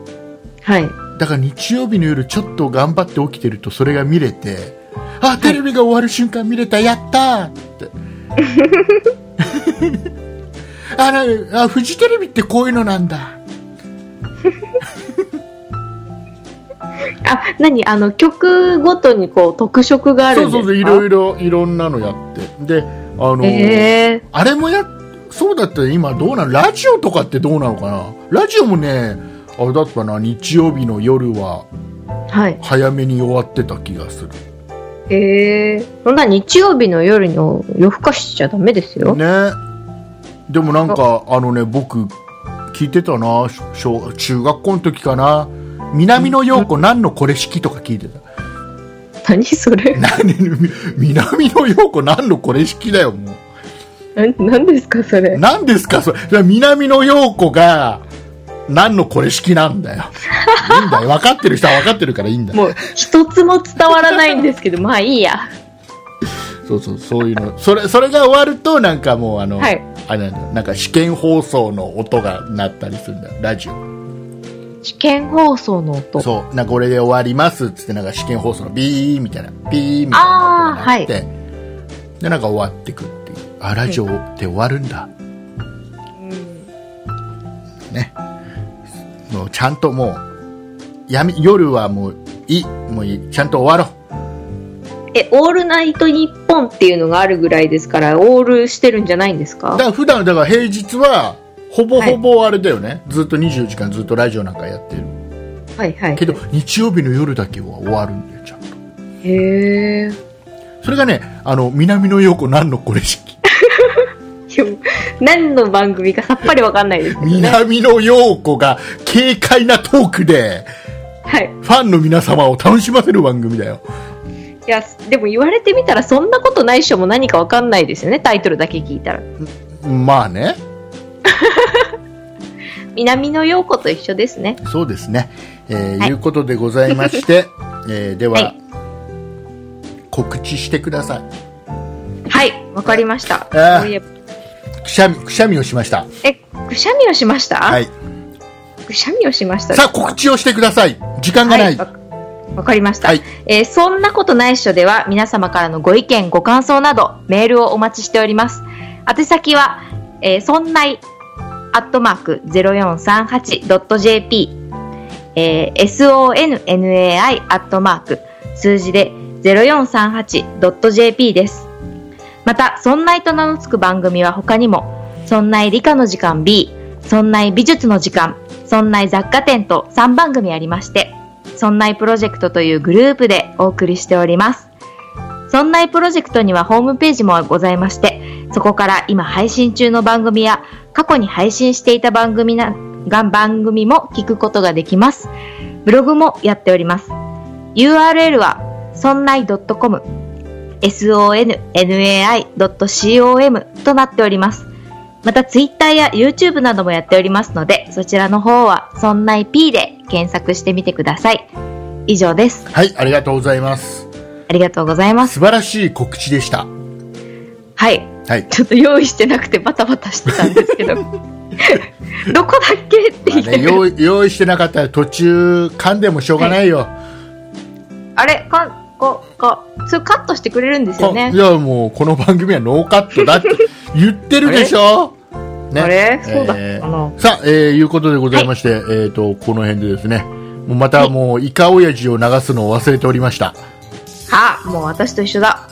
Speaker 3: はい。
Speaker 2: だから日曜日の夜ちょっと頑張って起きてるとそれが見れてあテレビが終わる瞬間見れたやったーって あなんかあフジテレビってこういうのなんだ
Speaker 3: あ、何あの、曲ごとにこう、特色があ
Speaker 2: そ
Speaker 3: るん
Speaker 2: う
Speaker 3: ですか
Speaker 2: そうそういろいろいろんなのやってであの、
Speaker 3: え
Speaker 2: あれもやそうだったら今どうなのラジオとかってどうなのかなラジオもねあれだったな日曜日の夜は
Speaker 3: ー、はい。
Speaker 2: 早めに終わってた気がする
Speaker 3: えー、そんな日曜日の夜の夜更かしちゃダメですよ。
Speaker 2: ねでもなんかあのね僕聞いてたな小中学校の時かな南野陽子何のこれ式とか聞いてた
Speaker 3: 何それ
Speaker 2: 何南野陽子何のこれ式だよも
Speaker 3: な何ですかそうれ
Speaker 2: 何ですかそれそれは南野陽子が何のこれ式なんだよいいんだよ分かってる人は分かってるからいいんだよ
Speaker 3: もう一つも伝わらないんですけど、まあいいや。
Speaker 2: そうそうそういうのそれそれが終わるとなんかもうあの、
Speaker 3: はい
Speaker 2: あれなんだよなんか試験放送の音が鳴ったりするんだよラジオ
Speaker 3: 試験放送の音。
Speaker 2: そうなんかこれで終わりますっつってなんか試験放送のビーみたいなビーみたいな音が鳴って、でなんか終わってくっていうあラジオって終わるんだ、ねもうちゃんともうやめ夜はもういいもういいちゃんと終わろう
Speaker 3: え、オールナイトニッポンっていうのがあるぐらいですから、オールしてるんじゃないんですか
Speaker 2: だから普段だから平日はほぼほぼあれだよね、ずっと24時間ずっとラジオなんかやってる
Speaker 3: はいはい
Speaker 2: け。ど日曜日の夜だけは終わるんだよちゃんと
Speaker 3: へえ。
Speaker 2: それがねあの南の陽子なんのこれ式
Speaker 3: でも何の番組かさっぱりわかんないですけどね。
Speaker 2: 南野陽子が軽快なトークで
Speaker 3: はい。
Speaker 2: ファンの皆様を楽しませる番組だよ
Speaker 3: いや、でも言われてみたら、そんなことないっしょも何かわかんないですよね、タイトルだけ聞いたら。
Speaker 2: まあね
Speaker 3: 南野陽子と一緒ですね。
Speaker 2: そうですねえー
Speaker 3: はい
Speaker 2: い、うことでございま して、えーでは、
Speaker 3: はい
Speaker 2: 告知してください
Speaker 3: はい、わかりました。
Speaker 2: あー
Speaker 3: そういえば
Speaker 2: くしゃみくしゃみをしました
Speaker 3: え、くしゃみをしました、
Speaker 2: はい
Speaker 3: くしゃみをしました。
Speaker 2: さあ告知をしてください時間が
Speaker 3: は、
Speaker 2: ないい、
Speaker 3: わわかりました、
Speaker 2: はい
Speaker 3: えーそんなことないっしょでは皆様からのご意見ご感想などメールをお待ちしております宛先は、えーそんないアットマーク 0438.jp、えー sonnai アットマーク数字で 0438.jp ですまた「そんない」と名の付く番組は他にも「そんない理科の時間 B」「そんない美術の時間」「そんない雑貨店」と3番組ありまして「そんないプロジェクト」というグループでお送りしておりますそんないプロジェクトにはホームページもございましてそこから今配信中の番組や過去に配信していた番組なが番組も聞くことができますブログもやっております URL はそんない .com sonnai.com となっております。また、ツイッターや YouTube などもやっておりますので、そちらの方は、そんない P で検索してみてください。以上です。
Speaker 2: はいありがとうございます
Speaker 3: ありがとうございます。
Speaker 2: 素晴らしい告知でした
Speaker 3: はい。
Speaker 2: はい
Speaker 3: ちょっと用意してなくてバタバタしてたんですけ ど、どこだっけって
Speaker 2: まあ
Speaker 3: 言って、
Speaker 2: ね、用意用意してなかったら途中噛んでもしょうがないよ、
Speaker 3: あれかん、こ、か、それカットしてくれるんですよ
Speaker 2: こ
Speaker 3: ね
Speaker 2: い。やもうこの番組はノーカットだって 言ってるでしょね
Speaker 3: あれそうだったかな
Speaker 2: えーさあ、えーいうことでございまして、えー、とこの辺でですねもうまたもうイカオヤジを流すのを忘れておりました
Speaker 3: はあ、もう私と一緒だ。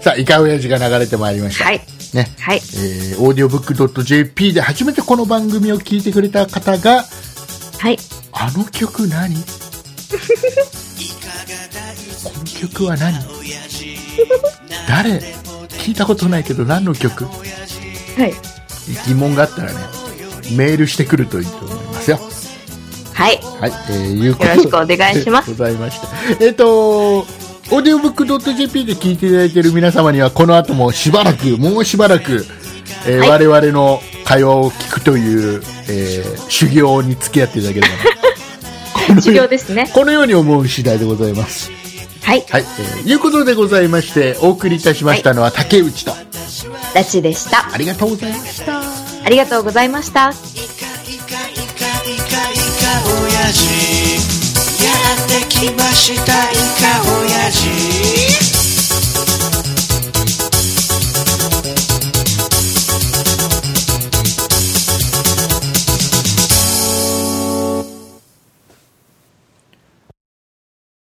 Speaker 2: さあイカオヤジが流れてまいりました、
Speaker 3: はい。
Speaker 2: ね
Speaker 3: はい。
Speaker 2: えー、オーディオブックドット JP で初めてこの番組を聞いてくれた方が
Speaker 3: はい。
Speaker 2: あの曲 何この曲は何誰聞いたことないけど何の曲
Speaker 3: はい。
Speaker 2: 疑問があったらねメールしてくるといいと思いますよ
Speaker 3: はい。
Speaker 2: はい、えー、いうことで
Speaker 3: よろしくお願いします
Speaker 2: ございましたえっ、とオーディオブックドット JP で聞いていただいている皆様にはこの後もしばらくもうしばらく、えー
Speaker 3: はい
Speaker 2: 我々の会話を聞くという、えー修行に付き合っていただければなこ の
Speaker 3: 授
Speaker 2: よ
Speaker 3: 業
Speaker 2: う
Speaker 3: ですね。
Speaker 2: このように思う次第でございます
Speaker 3: はい。
Speaker 2: はい、えー、いうことでございましてお送りいたしましたのは竹内と、
Speaker 3: ラチでした。
Speaker 2: ありがとうございました
Speaker 3: ありがとうございました。
Speaker 1: やってきましたイカオヤ